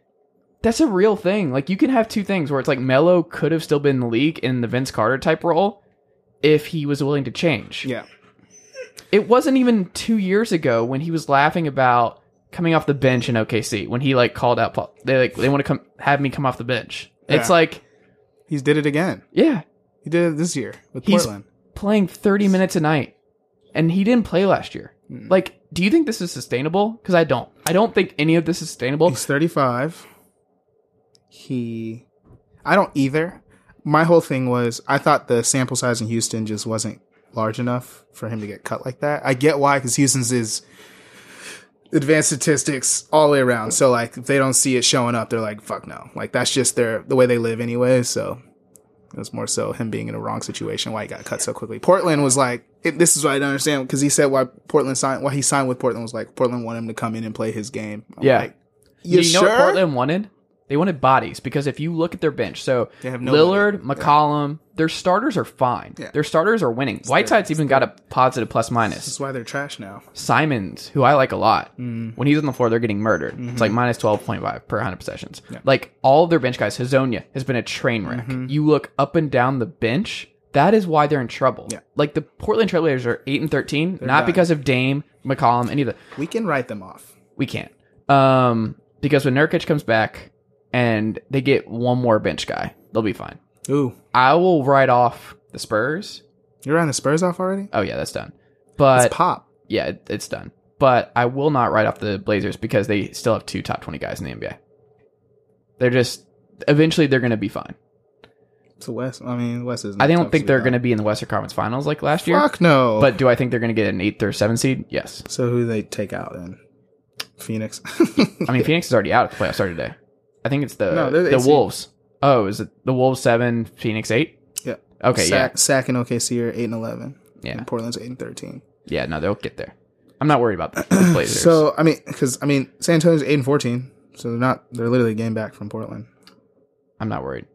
that's a real thing. Like you can have two things where it's like Melo could have still been in the league in the Vince Carter type role if he was willing to change. yeah. It wasn't even two years ago when he was laughing about coming off the bench in OKC when he like called out Paul. They like they want to come have me come off the bench. It's Yeah. like He's did it again. yeah, He did it this year with He's- Portland. playing 30 minutes a night and he didn't play last year. Mm. Like, do you think this is sustainable? Because I don't. I don't think any of this is sustainable. He's 35. he I don't either. My whole thing was I thought the sample size in Houston just wasn't large enough for him to get cut like that. I get why cuz Houston's is advanced statistics all the way around. So like if they don't see it showing up, they're like fuck no. Like that's just their the way they live anyway, so it was more so him being in a wrong situation why he got cut so quickly. Portland was like, it, this is what I don't understand because he said why Portland signed, why he signed with Portland was like Portland wanted him to come in and play his game. I'm Yeah. like, you, you know sure? what Portland wanted? They wanted bodies because if you look at their bench, so They have no Lillard, McCollum, their starters are fine. Yeah. Their starters are winning. Whiteside's even got a positive plus minus. That's why they're trash now. Simons, who I like a lot, when he's on the floor, they're getting murdered. It's like minus 12.5 per 100 possessions. Like all of their bench guys, Hazonia has been a train wreck. You look up and down the bench, that is why they're in trouble. Yeah. Like the Portland Trailblazers are 8 and 13, not because of Dame, McCollum, any of the. We can write them off. We can't. Um, because when Nurkic comes back and they get one more bench guy, they'll be fine. Ooh, I will write off the Spurs. you're on the Spurs off already? Oh, yeah, that's done. But It's pop. yeah, it, it's done. But I will not write off the Blazers because they still have two top 20 guys in the NBA. They're just eventually they're going to be fine. It's the West. I mean, West is. I don't think they're going to be in the Western Conference Finals like last year. Fuck no. But do I think they're going to get an eighth or seventh seed? Yes. so who they take out then? Phoenix. I mean, Phoenix is already out of the playoffs started today. I think it's the No, they're the the eighth seed. Wolves. Oh, is it the Wolves seven, Phoenix eight? yeah. Okay, Sac, Sac and OKC are eight and eleven. Yeah. And Portland's eight and thirteen. yeah, yeah. No, they'll get there. I'm not worried about the the Blazers. So I mean, because I mean, San Antonio's eight and fourteen, so they're not. They're literally a game back from Portland. I'm not worried.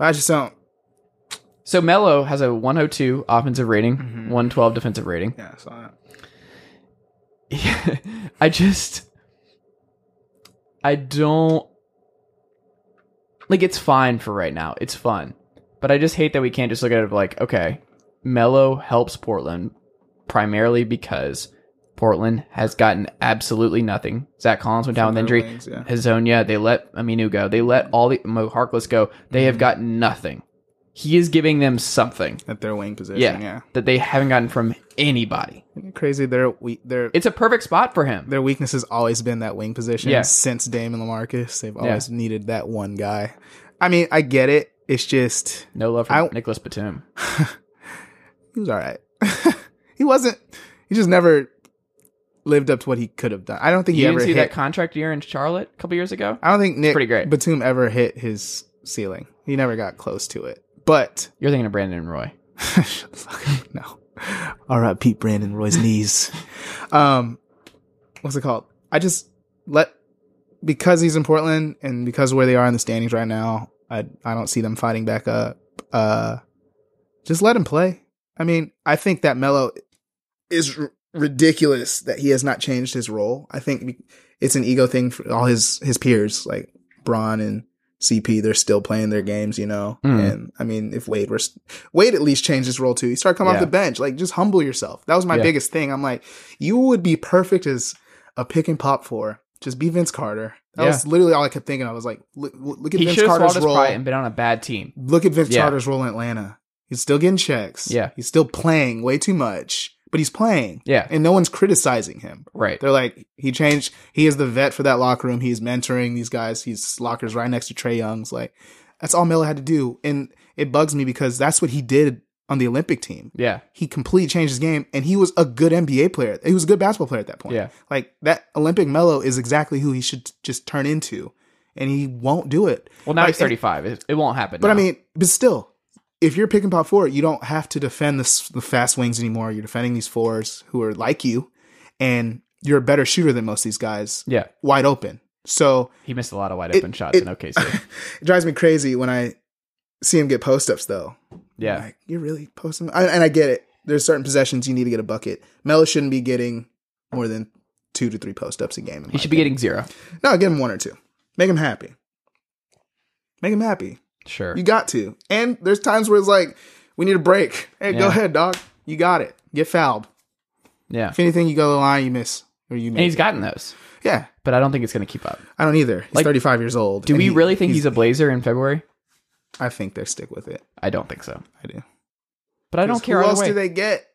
I just don't. So Melo has a 102 offensive rating, Mm-hmm. 112 defensive rating. Yeah, so I, I just I don't like it's fine for right now. It's fun. But I just hate that we can't just look at it like, okay, Melo helps Portland primarily because Portland has gotten absolutely nothing. Zach Collins went down with their injury. wings, yeah. Hazonia, they let Aminu go. They let all the Mo Harkless go. They Mm-hmm. have gotten nothing. He is giving them something. at their wing position. Yeah, Yeah. That they haven't gotten from anybody. Isn't it Crazy. Their we their It's a perfect spot for him. their weakness has always been that wing position. Yeah. Since Dame and LaMarcus, they've always needed that one guy. I mean, I get it. It's just No love for I- Nicholas Batum. he was all right. he wasn't. He just never lived up to what he could have done. I don't think he You ever didn't see hit. that contract year in Charlotte a couple years ago? I don't think Nick pretty great. Batum ever hit his ceiling. He never got close to it. But You're thinking of Brandon Roy. Shut the fuck up. No. All right, Pete Brandon Roy's knees. Um, what's it called? I just let because he's in Portland and because where they are in the standings right now, I I don't see them fighting back up. Uh, just let him play. I mean, I think that Melo is r- ridiculous that he has not changed his role. I think it's an ego thing for all his his peers like Braun and CP. They're still playing their games, you know. Mm. And I mean, if Wade were st- Wade at least changed his role too. He started coming Yeah. off the bench. Like, just humble yourself. That was my Yeah. biggest thing. I'm like, you would be perfect as a pick and pop four. Just be Vince Carter. That Yeah. was literally all I kept thinking. I was like, look, look at He Vince should have swallowed Carter's his role. pride and been on a bad team. Look at Vince Yeah. Carter's role in Atlanta. He's still getting checks. Yeah. He's still playing way too much, but he's playing. Yeah. And no one's criticizing him. Right. They're like, he changed. He is the vet for that locker room. He's mentoring these guys. He's lockers right next to Trey Young's. Like, that's all Miller had to do. And it bugs me because that's what he did on the Olympic team. Yeah. He completely changed his game, and he was a good NBA player. He was a good basketball player at that point. Yeah. Like, that Olympic Mello is exactly who he should just turn into, and he won't do it. Well, now Like, he's 35. It, it won't happen. But I now. mean, but still, if you're picking pop four, you don't have to defend the, s- the fast wings anymore. You're defending these fours who are like you, and you're a better shooter than most of these guys, yeah, wide open. So he missed a lot of wide open shots it- in OKC. it drives me crazy when I see him get post ups though. Yeah. Like, you're really posting, I, and I get it. There's certain possessions you need to get a bucket. Melo shouldn't be getting more than two to three post ups a game. in He my should be getting zero. opinion. no, give him one or two. Make him happy. Make him happy. Sure. You got to. And there's times where it's like, we need a break. Hey, Yeah. go ahead, dog. You got it. Get fouled. Yeah. If anything, you go to the line, you miss or you And make. he's gotten those, it. yeah, but I don't think it's going to keep up. I don't either. He's Like, 35 years old. Do and we he- really think he's, a Blazer in February? I think they stick with it. I don't think so. I do. But I don't care Who either else way. do they get?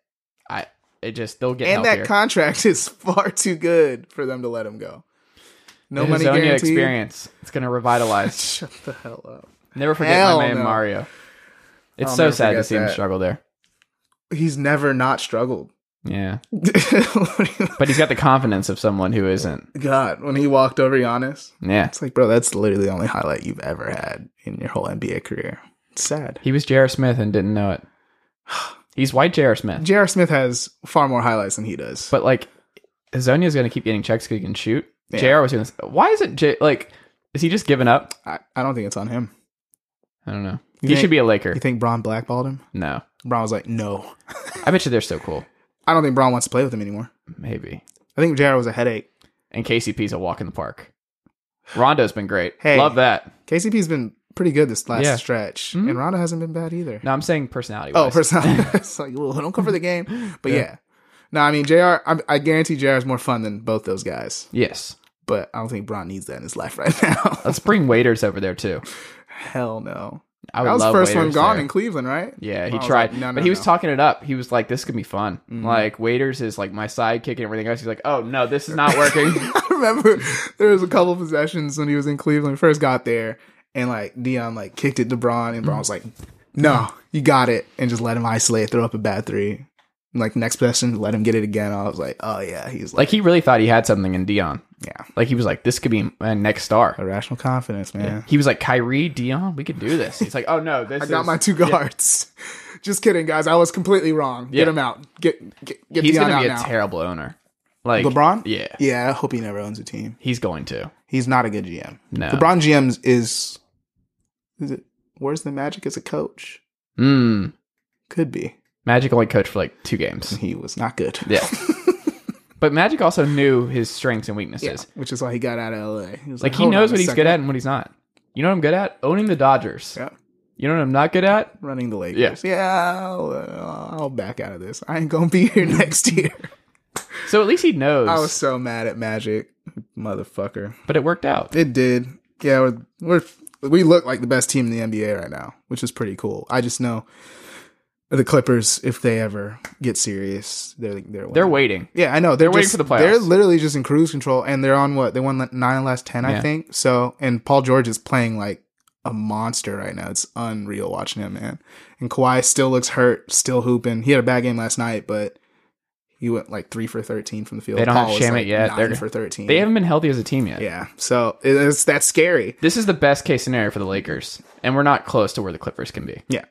I it just they'll get And healthier. that contract is far too good for them to let him go. No His money Zonia guaranteed. experience. It's gonna revitalize. Shut the hell up. Never forget Hell my man no. Mario. It's I'll so never sad to forget see him that. struggle there. He's never not struggled. Yeah, but he's got the confidence of someone who isn't. God, when he walked over Giannis, Yeah, it's like, bro, that's literally the only highlight you've ever had in your whole NBA career. It's sad. he was J.R. Smith and didn't know it. He's white J.R. Smith, J.R. Smith has far more highlights than he does. but like Zonia's gonna keep getting checks because he can shoot. Yeah. J.R. was doing this. Why is it J? Like, is he just giving up? I, I don't think it's on him. I don't know. You he think- should be a Laker. You think Braun blackballed him? no, Braun was like, no. I bet you they're so cool. I don't think Braun wants to play with him anymore. Maybe. I think J.R. was a headache. And KCP's a walk in the park. Rondo's been great. Hey. Love that. KCP's been pretty good this last Yeah. Mm-hmm. stretch, and Ronda hasn't been bad either. No, I'm saying personality. Oh, personality. it's like, well, don't cover the game. But yeah. No, I mean, JR, I, I guarantee JR is more fun than both those guys. Yes. But I don't think Braun needs that in his life right now. Let's bring waiters over there too. Hell no. I would That was the love first one waiters gone there. in Cleveland, right? yeah, he Braun was tried, like, no, but no, he was no. Mm-hmm. talking it up. He was like, "This could be fun." Like waiters is like my sidekick and everything else. He's like, "Oh no, this is not working." I remember there was a couple possessions when he was in Cleveland, first got there, and like Dion like kicked it to Braun, and Braun was like, "No, you got it," and just let him isolate, throw up a bad three. And, like next possession, let him get it again. I was like, "Oh yeah," he's like, like he really thought he had something in Dion. "Yeah, Like he was like, "This could be my next star." irrational confidence, man." He was like, "Kyrie, Dion, we could do this." He's like, "Oh no, this I is got my two guards. Just kidding, guys. I was completely wrong. Yeah. Get him out. Get get, get he's Deion gonna be a out now. terrible owner." Like LeBron. Yeah, yeah. I hope he never owns a team. he's going to. He's not a good GM. No. LeBron GMs is. Is it? Where's the magic as a coach? Mm. Could be. Magic only coached for like two games. He was not good. Yeah. but Magic also knew his strengths and weaknesses. Which is why he got out of LA. He was Like he "Hold on knows a what he's second." good at and what he's not. You know what I'm good at? Owning the Dodgers. Yeah. You know what I'm not good at? Running the Lakers. Yeah. I'll, uh, I'll back out of this. I ain't gonna be here next year. So at least he knows. I was so mad at Magic, motherfucker. but it worked out. It did. Yeah, we're, we're we look like the best team in the NBA right now, which is pretty cool. I just know the Clippers, if they ever get serious, they're they're They're winning. waiting. Yeah, I know. They're, waiting for just- the playoffs. They're literally just in cruise control, and they're on what they won like, nine last ten, Yeah. I think. So, and Paul George is playing like a monster right now. It's unreal watching him, man. And Kawhi still looks hurt, still hooping. He had a bad game last night, but he went like three for thirteen from the field. They don't have Paul was, Shamit like, yet. 9 They're- for thirteen. They haven't been healthy as a team yet. Yeah, so it- it's that's scary. This is the best case scenario for the Lakers. And we're not close to where the Clippers can be. Yeah.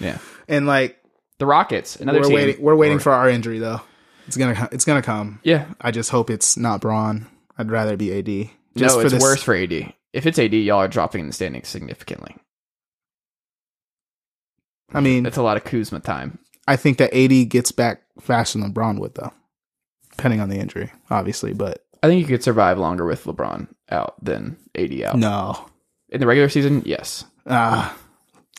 Yeah. And like The Rockets, another we're team. waiting we're waiting Or- for our injury though. It's gonna co- it's gonna come. Yeah. I just hope it's not Braun. I'd rather be AD. Just no, for it's this- worse for AD. If it's AD, y'all are dropping in the standings significantly. I mean, That's a lot of Kuzma time. I think that AD gets back faster than Braun would though, depending on the injury, obviously. But I think you could survive longer with LeBron out than AD out. no, In the regular season, yes. uh, ah,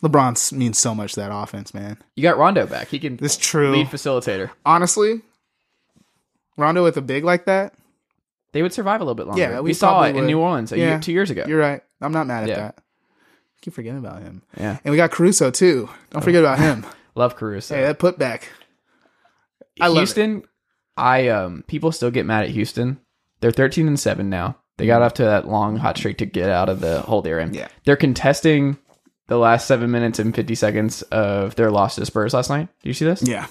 LeBron s- means so much to that offense, man. You got Rondo back. He can It's true. lead facilitator. Honestly, Rondo with a big like that, They would survive a little bit longer. Yeah, we, we saw it probably in would. New Orleans a year, Yeah. two years ago. you're right. I'm not mad at Yeah. that. keep forgetting about him. Yeah. And we got Caruso too. Don't forget about him. Love Caruso. Hey, that putback. I love it. Houston, I um people still get mad at Houston. They're thirteen and seven now. They got off to that long hot streak to get out of the hold they're in. Yeah. They're contesting the last seven minutes and fifty seconds of their loss to Spurs last night. Did you see this? Yeah,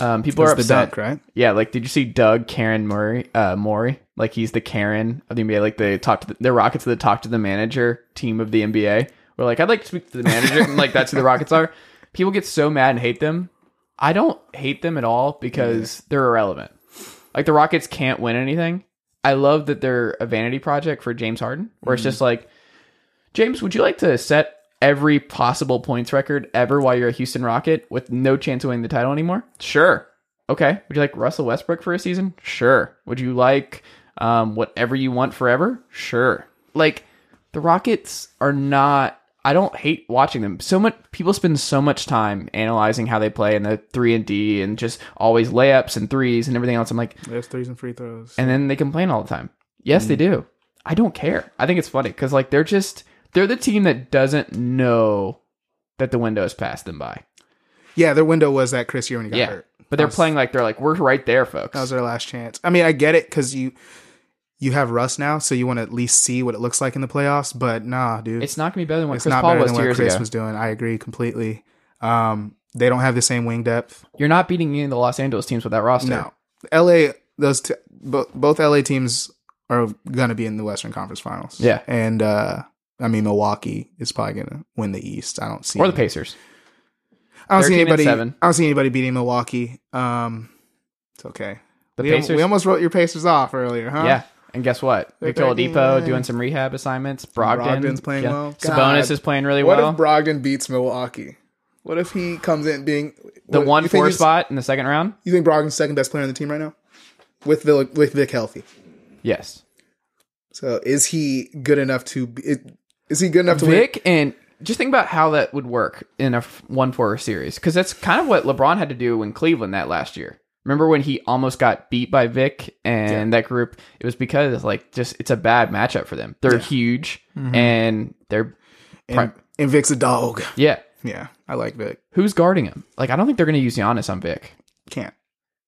Um, people it's are the upset. dunk, right? Yeah, like did you see Doug Karen Murray uh Maury? Like he's the Karen of the NBA. Like they talked to the, the Rockets are the talk to the manager team of the NBA. We're like, I'd like to speak to the manager and like that's who the Rockets are. People get so mad and hate them. I don't hate them at all because they're irrelevant. Like the Rockets can't win anything. I love that they're a vanity project for James Harden, where it's just like, James, would you like to set every possible points record ever while you're a Houston Rocket with no chance of winning the title anymore? Sure. Okay. Would you like Russell Westbrook for a season? Sure. Would you like um, whatever you want forever? Sure. Like the Rockets are not. I don't hate watching them. So much people spend so much time analyzing how they play and the three and D and just always layups and threes and everything else. I'm like, There's threes and free throws. and then they complain all the time. Yes, they Mm-hmm. do. I don't care. I think it's funny because like they're just they're the team that doesn't know that the window has passed them by. yeah, their window was that Chris year when he got yeah, hurt. but they're That was- playing like they're like we're right there, folks. That was their last chance. I mean, I get it because you you have Russ now, so you want to at least see what it looks like in the playoffs. But nah, dude, It's not going to be better than what It's Chris not Paul better was than two what years Chris ago. was doing. I agree completely. Um, they don't have the same wing depth. You're not beating any of the Los Angeles teams with that roster. No, LA. Those t- bo- both LA teams are gonna be in the Western Conference Finals. Yeah. and uh, I mean Milwaukee is probably gonna win the East. I don't see Or the Pacers. I don't see 13 and anybody. seven. I don't see anybody beating Milwaukee. Um, it's okay. The we, Pacers. we almost wrote your Pacers off earlier, huh? Yeah. And guess what? Victor Oladipo 13. doing some rehab assignments. Brogdon, Brogdon's playing yeah. well. Sabonis God. is playing really What well. if Brogdon beats Milwaukee? What if he comes in being the what- one you think four he's- spot in the second round. You think Brogdon's second best player on the team right now, with Vic, with Vic healthy? Yes. So is he good enough to? Be, it- is he good enough to? Vic and just think about how that would work in a one four series because that's kind of what LeBron had to do in Cleveland that last year. Remember when he almost got beat by Vic and that group? It was because like just it's a bad matchup for them. They're huge Mm-hmm. and they're Win? And, and Vic's a dog. yeah. Yeah, I like Vic. Who's guarding him? Like I don't think they're going to use Giannis on Vic. Can't.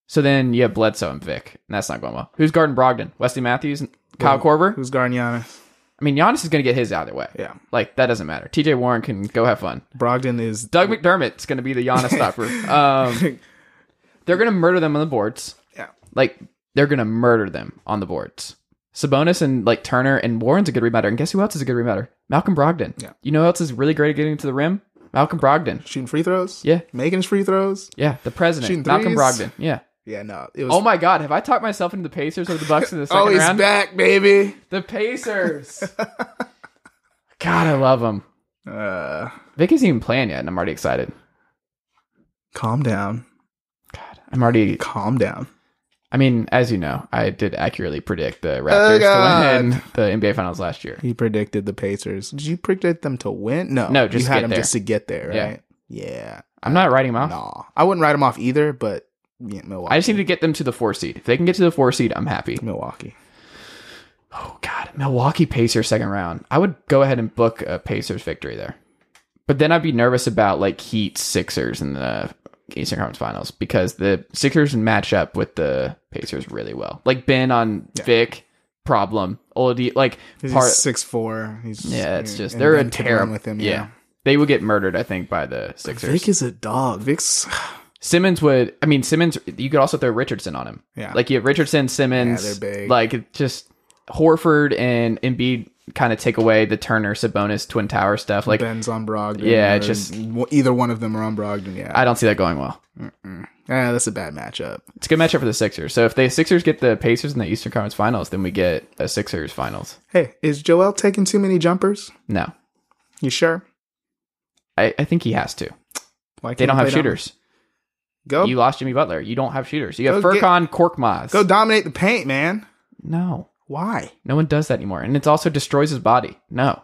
So then you have Bledsoe and Vic, and that's not going well. Who's guarding Brogdon? Wesley Matthews, and Kyle Korver. Who's guarding Giannis? I mean, Giannis is going to get his either way. Yeah. like that doesn't matter. T.J. Warren can go have fun. Brogdon is. Doug McDermott's going to be the Giannis stopper. Um, they're going to murder them on the boards. Yeah. Like they're going to murder them on the boards. Sabonis and like Turner and Warren's a good rebounder. And guess who else is a good rebounder? Malcolm Brogdon. Yeah. You know who else is really great at getting to the rim? Malcolm Brogdon. shooting free throws. Yeah. making his free throws. Yeah, the president. Shooting Malcolm threes. Brogdon. Yeah. Yeah, no, it was. Oh my God, have I talked myself into the Pacers or the Bucks in the second Oh, he's round? back, baby. The Pacers. God, I love them. Uh, Vic isn't even playing yet, and I'm already excited. calm down, I'm already calm down. I mean, as you know, I did accurately predict the Oh, Raptors God. to win the NBA Finals last year. He predicted the Pacers. Did you predict them to win? No, No, just you had get them there. just to get there, Yeah. right? Yeah, I'm not writing them off. nah, I wouldn't write them off either, but yeah, Milwaukee. I just need to get them to the four seed. If they can get to the four seed, I'm happy. Milwaukee. Oh God, Milwaukee Pacers second round. I would go ahead and book a Pacers victory there, but then I'd be nervous about like Heat Sixers in the Eastern Conference Finals because the Sixers match up with the Pacers really well. Like Ben on Vic, problem. Oladi like He's part six four. He's Yeah, it's just and they're a Ben could run terrible with him. Yeah. Yeah. They would get murdered, I think, by the Sixers. Vic is a dog. Vic's Simmons would. I mean, Simmons. You could also throw Richardson on him. Yeah. like you have Richardson, Simmons. Yeah, they're big. Like it just Horford and Embiid kind of take away the Turner, Sabonis, Twin Tower stuff. Like Ben's on Brogdon. Yeah, it's or just- w- either one of them are on Brogdon. Yeah, I don't see that going well. Ah, that's a bad matchup. It's a good matchup for the Sixers. So if the Sixers get the Pacers in the Eastern Conference Finals, then we get a Sixers Finals. Hey, is Joel taking too many jumpers? No, You sure? I, I think he has to. Why They can't don't have he play down- shooters. Go You lost Jimmy Butler. You don't have shooters. You have Oh. Go get- Furkan Korkmaz. go dominate the paint, man. no, Why? no one does that anymore, and it also destroys his body. No,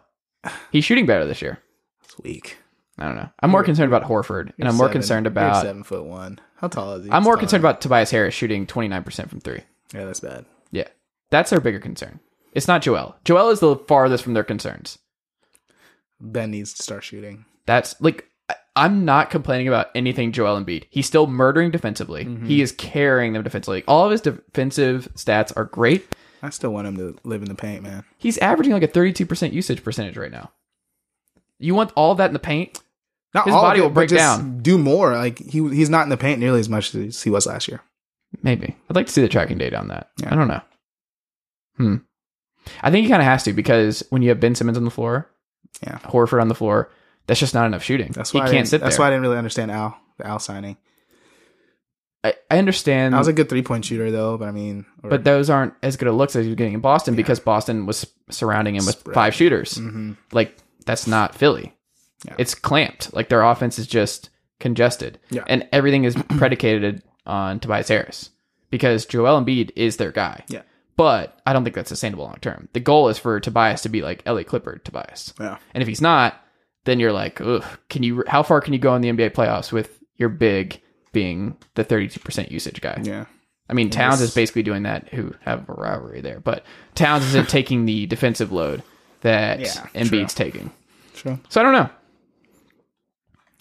he's shooting better this year. It's weak. I don't know. I'm more concerned about Horford, and I'm more Seven. concerned You're about seven foot one. How tall is he? I'm more He's concerned taller. about Tobias Harris shooting 29% from three. Yeah, that's bad. Yeah, that's our bigger concern. It's not Joel. Joel is the farthest from their concerns. Ben needs to start shooting. That's like I- I'm not complaining about anything Joel Embiid. He's still murdering defensively. Mm-hmm. He is carrying them defensively. All of his defensive stats are great. I still want him to live in the paint, man. He's averaging like a 32% usage percentage right now. You want all that in the paint? Not His all of body it, will but break just down. Do more. Like he he's not in the paint nearly as much as he was last year. Maybe. I'd like to see the tracking data on that. Yeah. I don't know. Hmm. I think he kind of has to because when you have Ben Simmons on the floor, Yeah. Horford on the floor, that's just not enough shooting. That's he why I can't didn't- sit That's why I there. didn't really understand Al the Al signing. I, I understand, I was a good three point shooter though, but I mean, or- Mm. but those aren't as good a looks as you're getting in Boston because Boston was surrounding him with Spread. five shooters. Mhm. Like that's not Philly. Yeah. It's clamped. Like their offense is just congested, Yeah. and everything is predicated on Tobias Harris because Joel Embiid is their guy. yeah, but I don't think that's sustainable long term. The goal is for Tobias to be like LA Clippard Tobias, yeah, and if he's not, then you're like, ugh, can you? How far can you go in the NBA playoffs with your big being the 32% usage guy? yeah. I mean, Towns is basically doing that. Who have a rivalry there, but Towns isn't taking the defensive load that Yeah, Embiid's taking. True. So I don't know. A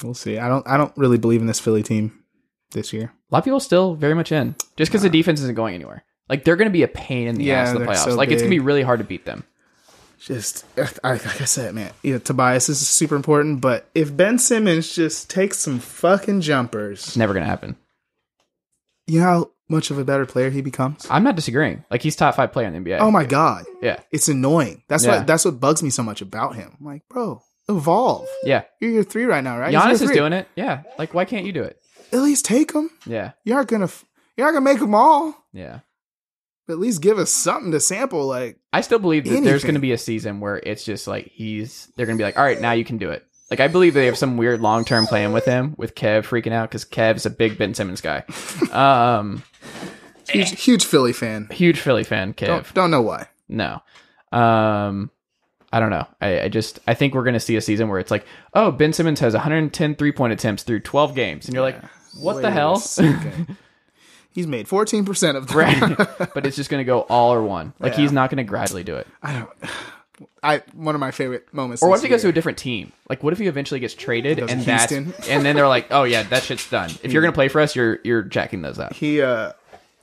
We'll see. I don't. I don't really believe in this Philly team this year. lot of people still very much in just because the defense isn't going anywhere. Like they're going to be a pain in the Yeah, ass in the they're playoffs. so like it's going to be big. really hard to beat them. just I, like I said, man, yeah, Tobias is super important, but if Ben Simmons just takes some fucking It's jumpers, never going to happen. you know how much of a better player he becomes. I'm not disagreeing. Like he's top 5 player in the NBA. Oh my god, Yeah. it's annoying. That's Yeah. what that's what bugs me so much about him. I'm like, bro, evolve. Yeah. You're your three right now, right? He's Giannis your is three. doing it. Yeah. Like why can't you do it? At least take him. Yeah. You're not gonna f- you're not gonna make them all. Yeah. But at least give us something to sample. Like, I still believe that there's Anything. going to be a season where it's just like he's they're going to be like, "All right, now you can do it." Like I believe they have some weird long-term plan with him with Kev freaking out cuz Kev's a big Ben Simmons guy. um huge, huge Philly fan. huge Philly fan, Kev. Don't, don't know why. No. Um I don't know. I, I just I think we're gonna see a season where it's like, oh, Ben Simmons has 110 three point attempts through 12 games, and you're like, what Wait the a hell? second. He's made fourteen percent of the right. but it's just gonna go all or one. Like he's not gonna gradually do it. I don't. I one of my favorite moments. Or what if he this goes to year. a different team? Like, what if he eventually gets traded Goes to and that, Houston. Hmm. and then they're like, oh yeah, that shit's done. If you're gonna play for us, you're you're jacking those up. he uh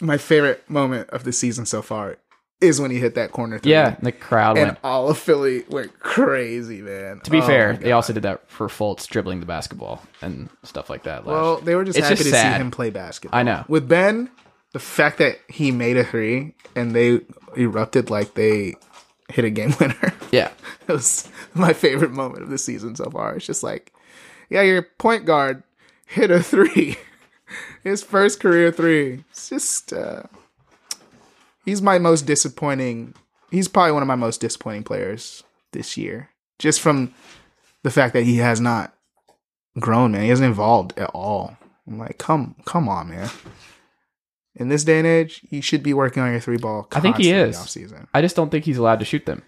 my favorite moment of the season so far is when he hit that corner three. Yeah, and the crowd Hmm. And Oh went. all of Philly went crazy, man. To be fair, they also did that for Fultz dribbling the basketball and stuff like that. Last well, they were just It's happy just to sad. see him play basketball. I know. With Ben, the fact that he made a three and they erupted like they hit a game winner. yeah, it was my favorite moment of the season so far. It's just like, yeah, your point guard hit a three, his first career three. It's just, uh, he's my most disappointing. He's probably one of my most disappointing players this year, just from the fact that he has not grown, man. He hasn't evolved at all. I'm like, come, come on, man. In this day and age, you should be working on your three ball. I think he constantly is. off season. I just don't think he's allowed to shoot them.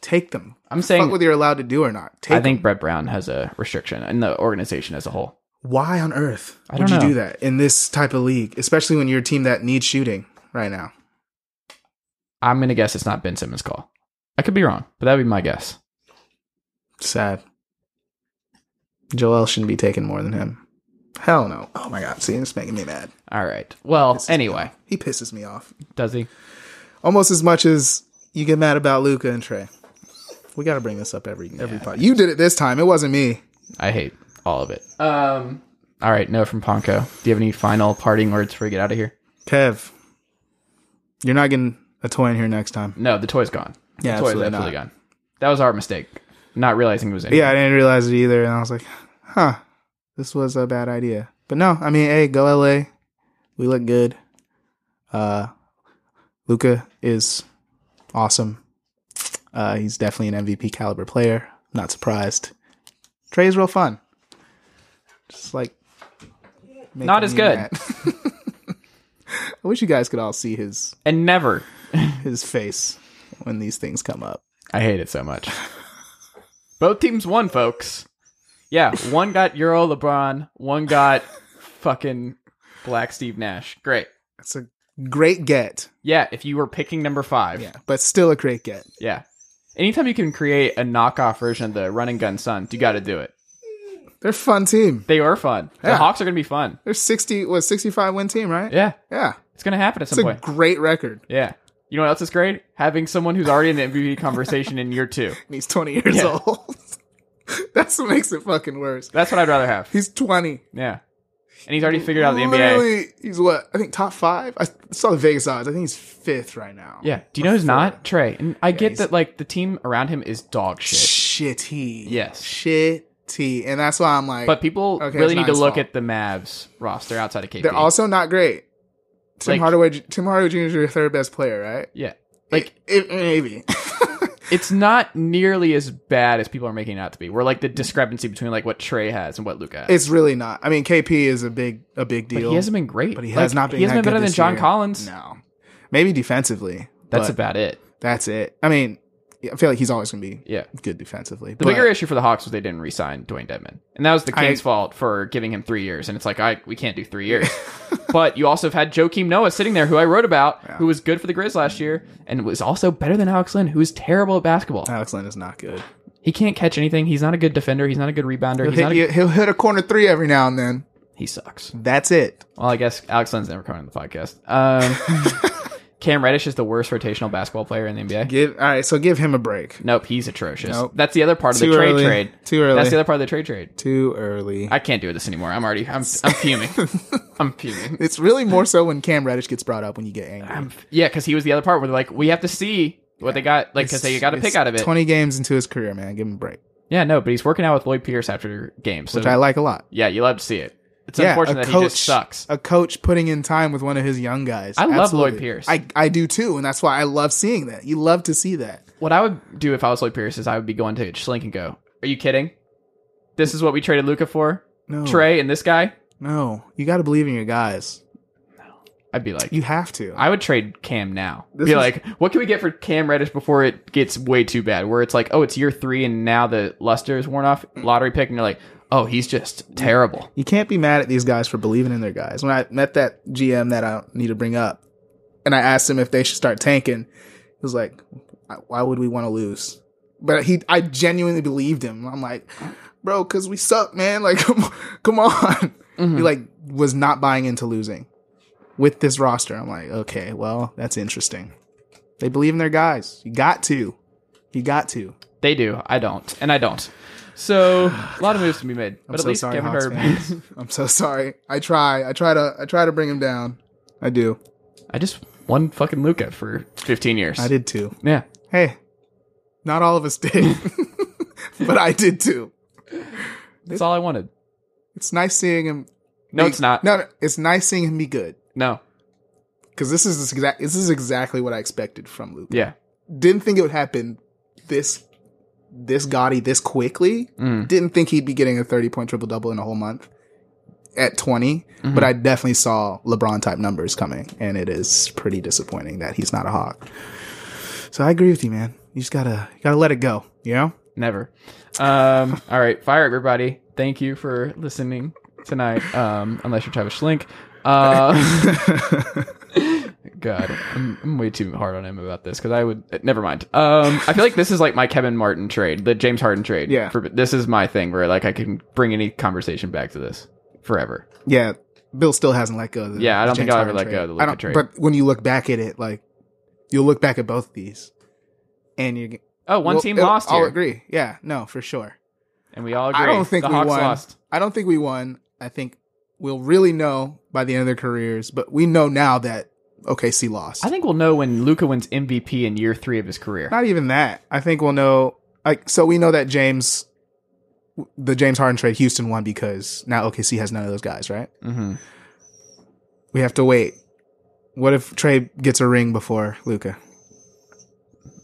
Take them. I'm saying- Fuck whether you're allowed to do or not. Take I think Brett Brown has a restriction in the organization as a whole. why on earth I would don't you know. do that in this type of league, especially when you're a team that needs shooting right now? I'm gonna guess it's not Ben Simmons' call. I could be wrong, but that'd be my guess. Sad. Joel shouldn't be taking more than him. Hell no. Oh my god, see, it's making me mad. All right. Well, anyway, He pisses me off does he? almost as much as you get mad about Luca and Trey. We got to bring this up every every pod. You did it this time. It wasn't me. I hate all of it. Um. All right, Noah from Ponco. Do you have any final parting words before we get out of here? Kev, you're not getting a toy in here next time. No, the toy's gone. Yeah, the toy's absolutely absolutely gone. That was our mistake, not realizing it was. Anything. Yeah, I didn't realize it either, and I was like, huh, this was a bad idea. But no, I mean, hey, go LA. We look good. Uh Luca is awesome. Uh he's definitely an MVP caliber player. Not surprised. Trey is real fun. Just like Not as making good. me mad. I wish you guys could all see his and never. his face when these things come up. I hate it so much. Both teams won, folks. Yeah, one got Euro LeBron, one got fucking Black Steve Nash. Great. It's a great get. Yeah, if you were picking number five. Yeah. But still a great get. Yeah. Anytime you can create a knockoff version of the Run and Gun Suns, you got to do it. They're a fun team. They are fun. The Yeah. Hawks are going to be fun. They're sixty what sixty five win team, right? Yeah, Yeah. it's going to happen at It's some a point. great record. Yeah. You know what else is great? Having someone who's already in the MVP conversation in year two. And he's twenty years Yeah. old. That's what makes it fucking worse. That's what I'd rather have. He's twenty. Yeah. And he's already figured out the NBA. Literally, he's what? I think top five. I saw the Vegas odds. I think he's fifth right now. Yeah. Do you know who's not? Trey. And I get he's- that, like, the team around him is dog shit. Shitty. Yes. Shitty. And that's why I'm like. But people Okay, really it's need not to his look fault. at the Mavs roster outside of KP. they're also not great. Tim Like- Hardaway. Tim Hardaway Jr. is your third best player, right? yeah. Like, If- maybe. it's not nearly as bad as people are making it out to be. We're like the discrepancy between, like, what Trey has and what Luca has. it's really not. I mean, KP is a big a big deal. he hasn't been great. but he Like, has not been. He hasn't that been better good than this John year. Collins. No, maybe defensively. That's but about it. that's it. I mean, I feel like he's always going to be Yeah. good defensively. The but bigger issue for the Hawks was they didn't re-sign Dwayne Dedman, and that was the I- Kings' fault for giving him three years. And it's like, I we can't do three years. but you also have had Joakim Noah sitting there, who I wrote about, who was good for the Grizz last year, and was also better than Alex Lynn, who is terrible at basketball. Alex Lynn is not good. He can't catch anything. He's not a good defender. He's not a good rebounder. He'll He's hit, not. A, you- he'll hit a corner three every now and then. he sucks. That's it. Well, I guess Alex Lynn's never coming on the podcast. Um, Cam Reddish is the worst rotational basketball player in the NBA. Give all right, so give him a break. Nope, he's atrocious. Nope. That's the other part of Too the trade early. trade. Too early. That's the other part of the trade trade. Too early. I can't do this anymore. I'm already. I'm. I'm fuming. I'm fuming. it's really more so when Cam Reddish gets brought up when you get angry. I'm, yeah, because he was the other part where they're like, we have to see what they got, like, because they got a It's pick out of it. Twenty games into his career, man, give him a break, Yeah, no, but he's working out with Lloyd Pierce after games. So which I like a lot. yeah, you love to see it. It's yeah, unfortunate a that coach he just sucks. A coach putting in time with one of his young guys. I love Lloyd Absolutely. Pierce. I I do too, and that's why I love seeing that. You love to see that. What I would do if I was Lloyd Pierce is I would be going to Schlink and go, "Are you kidding? This is what we traded Luca for, No, Trey and this guy." No, you got to believe in your guys. I'd be like, You have to. I would trade Cam now. This be is- like, what can we get for Cam Reddish before it gets way too bad? Where it's like, oh, it's year three and now the luster is worn off. Mm. Lottery pick, and you're like, oh, he's just terrible. you can't be mad at these guys for believing in their guys. When I met that GM that I don't need to bring up, and I asked him if they should start tanking, he was like, "Why would we want to lose?" But he, I genuinely believed him. I'm like, "Bro, because we suck, man. Like, come, come on." He like was not buying into losing with this roster. I'm like, okay, well, that's interesting. They believe in their guys. You got to, you got to. They do. I don't, and I don't. So a lot of moves to be made, but I'm at so least sorry, Kevin Hawks Durant. fans. I'm so sorry. I try. I try to. I try to bring him down. I do. I just won fucking Luca for 15 years. I did too. Yeah. Hey, not all of us did, but I did too. That's all I wanted. It's nice seeing him. No, be- it's not. No, no, it's nice seeing him be good No. because this is this exact. This is exactly what I expected from Luke. Yeah. Didn't think it would happen this this gaudy this quickly. Mm. Didn't think he'd be getting a thirty point triple double in a whole month at 20 Mm-hmm. but I definitely saw LeBron type numbers coming, and it is pretty disappointing that he's not a hawk. So I agree with you, man. You just gotta you gotta let it go. You know. Never. Um, all right, fire everybody. Thank you for listening tonight. Um, unless you're Travis Schlink. Uh, God, I'm, I'm way too hard on him about this because I would. eh, Never mind. Um, I feel like this is like my Kevin Martin trade, the James Harden trade. Yeah. For, this is my thing where like I can bring any conversation back to this forever. Yeah, Bill still hasn't let go. Of the, Yeah, I don't the think James I'll ever Harden let go of the I Luka don't- trade. But when you look back at it, like you'll look back at both of these, and you're g- Oh, one we'll- team it'll- lost I'll here, agree. Yeah, no, for sure. and we all agree. I don't think the we Hawks won. lost. I don't think we won. I think we'll really know by the end of their careers, but we know now that OKC lost. I think we'll know when Luca wins MVP in year three of his career. Not even that. I think we'll know. Like, so we know that James, the James Harden trade, Houston won because now OKC has none of those guys, right? Mm-hmm. We have to wait. What if Trey gets a ring before Luca?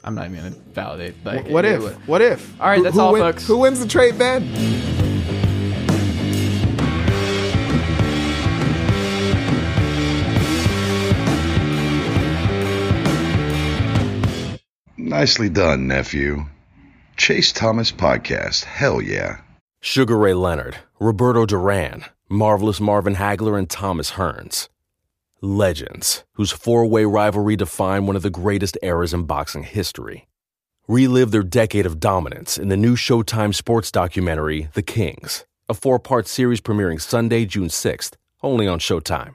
I'm not even gonna validate. Like, What it- if? What if? All right, Who- that's who all, win- folks. Who wins the trade then? Nicely done, nephew. Chase Thomas Podcast. Hell yeah. Sugar Ray Leonard, Roberto Duran, Marvelous Marvin Hagler, and Thomas Hearns. Legends, whose four way rivalry defined one of the greatest eras in boxing history. Relive their decade of dominance in the new Showtime sports documentary, The Kings, a four part series premiering Sunday, June 6th, only on Showtime.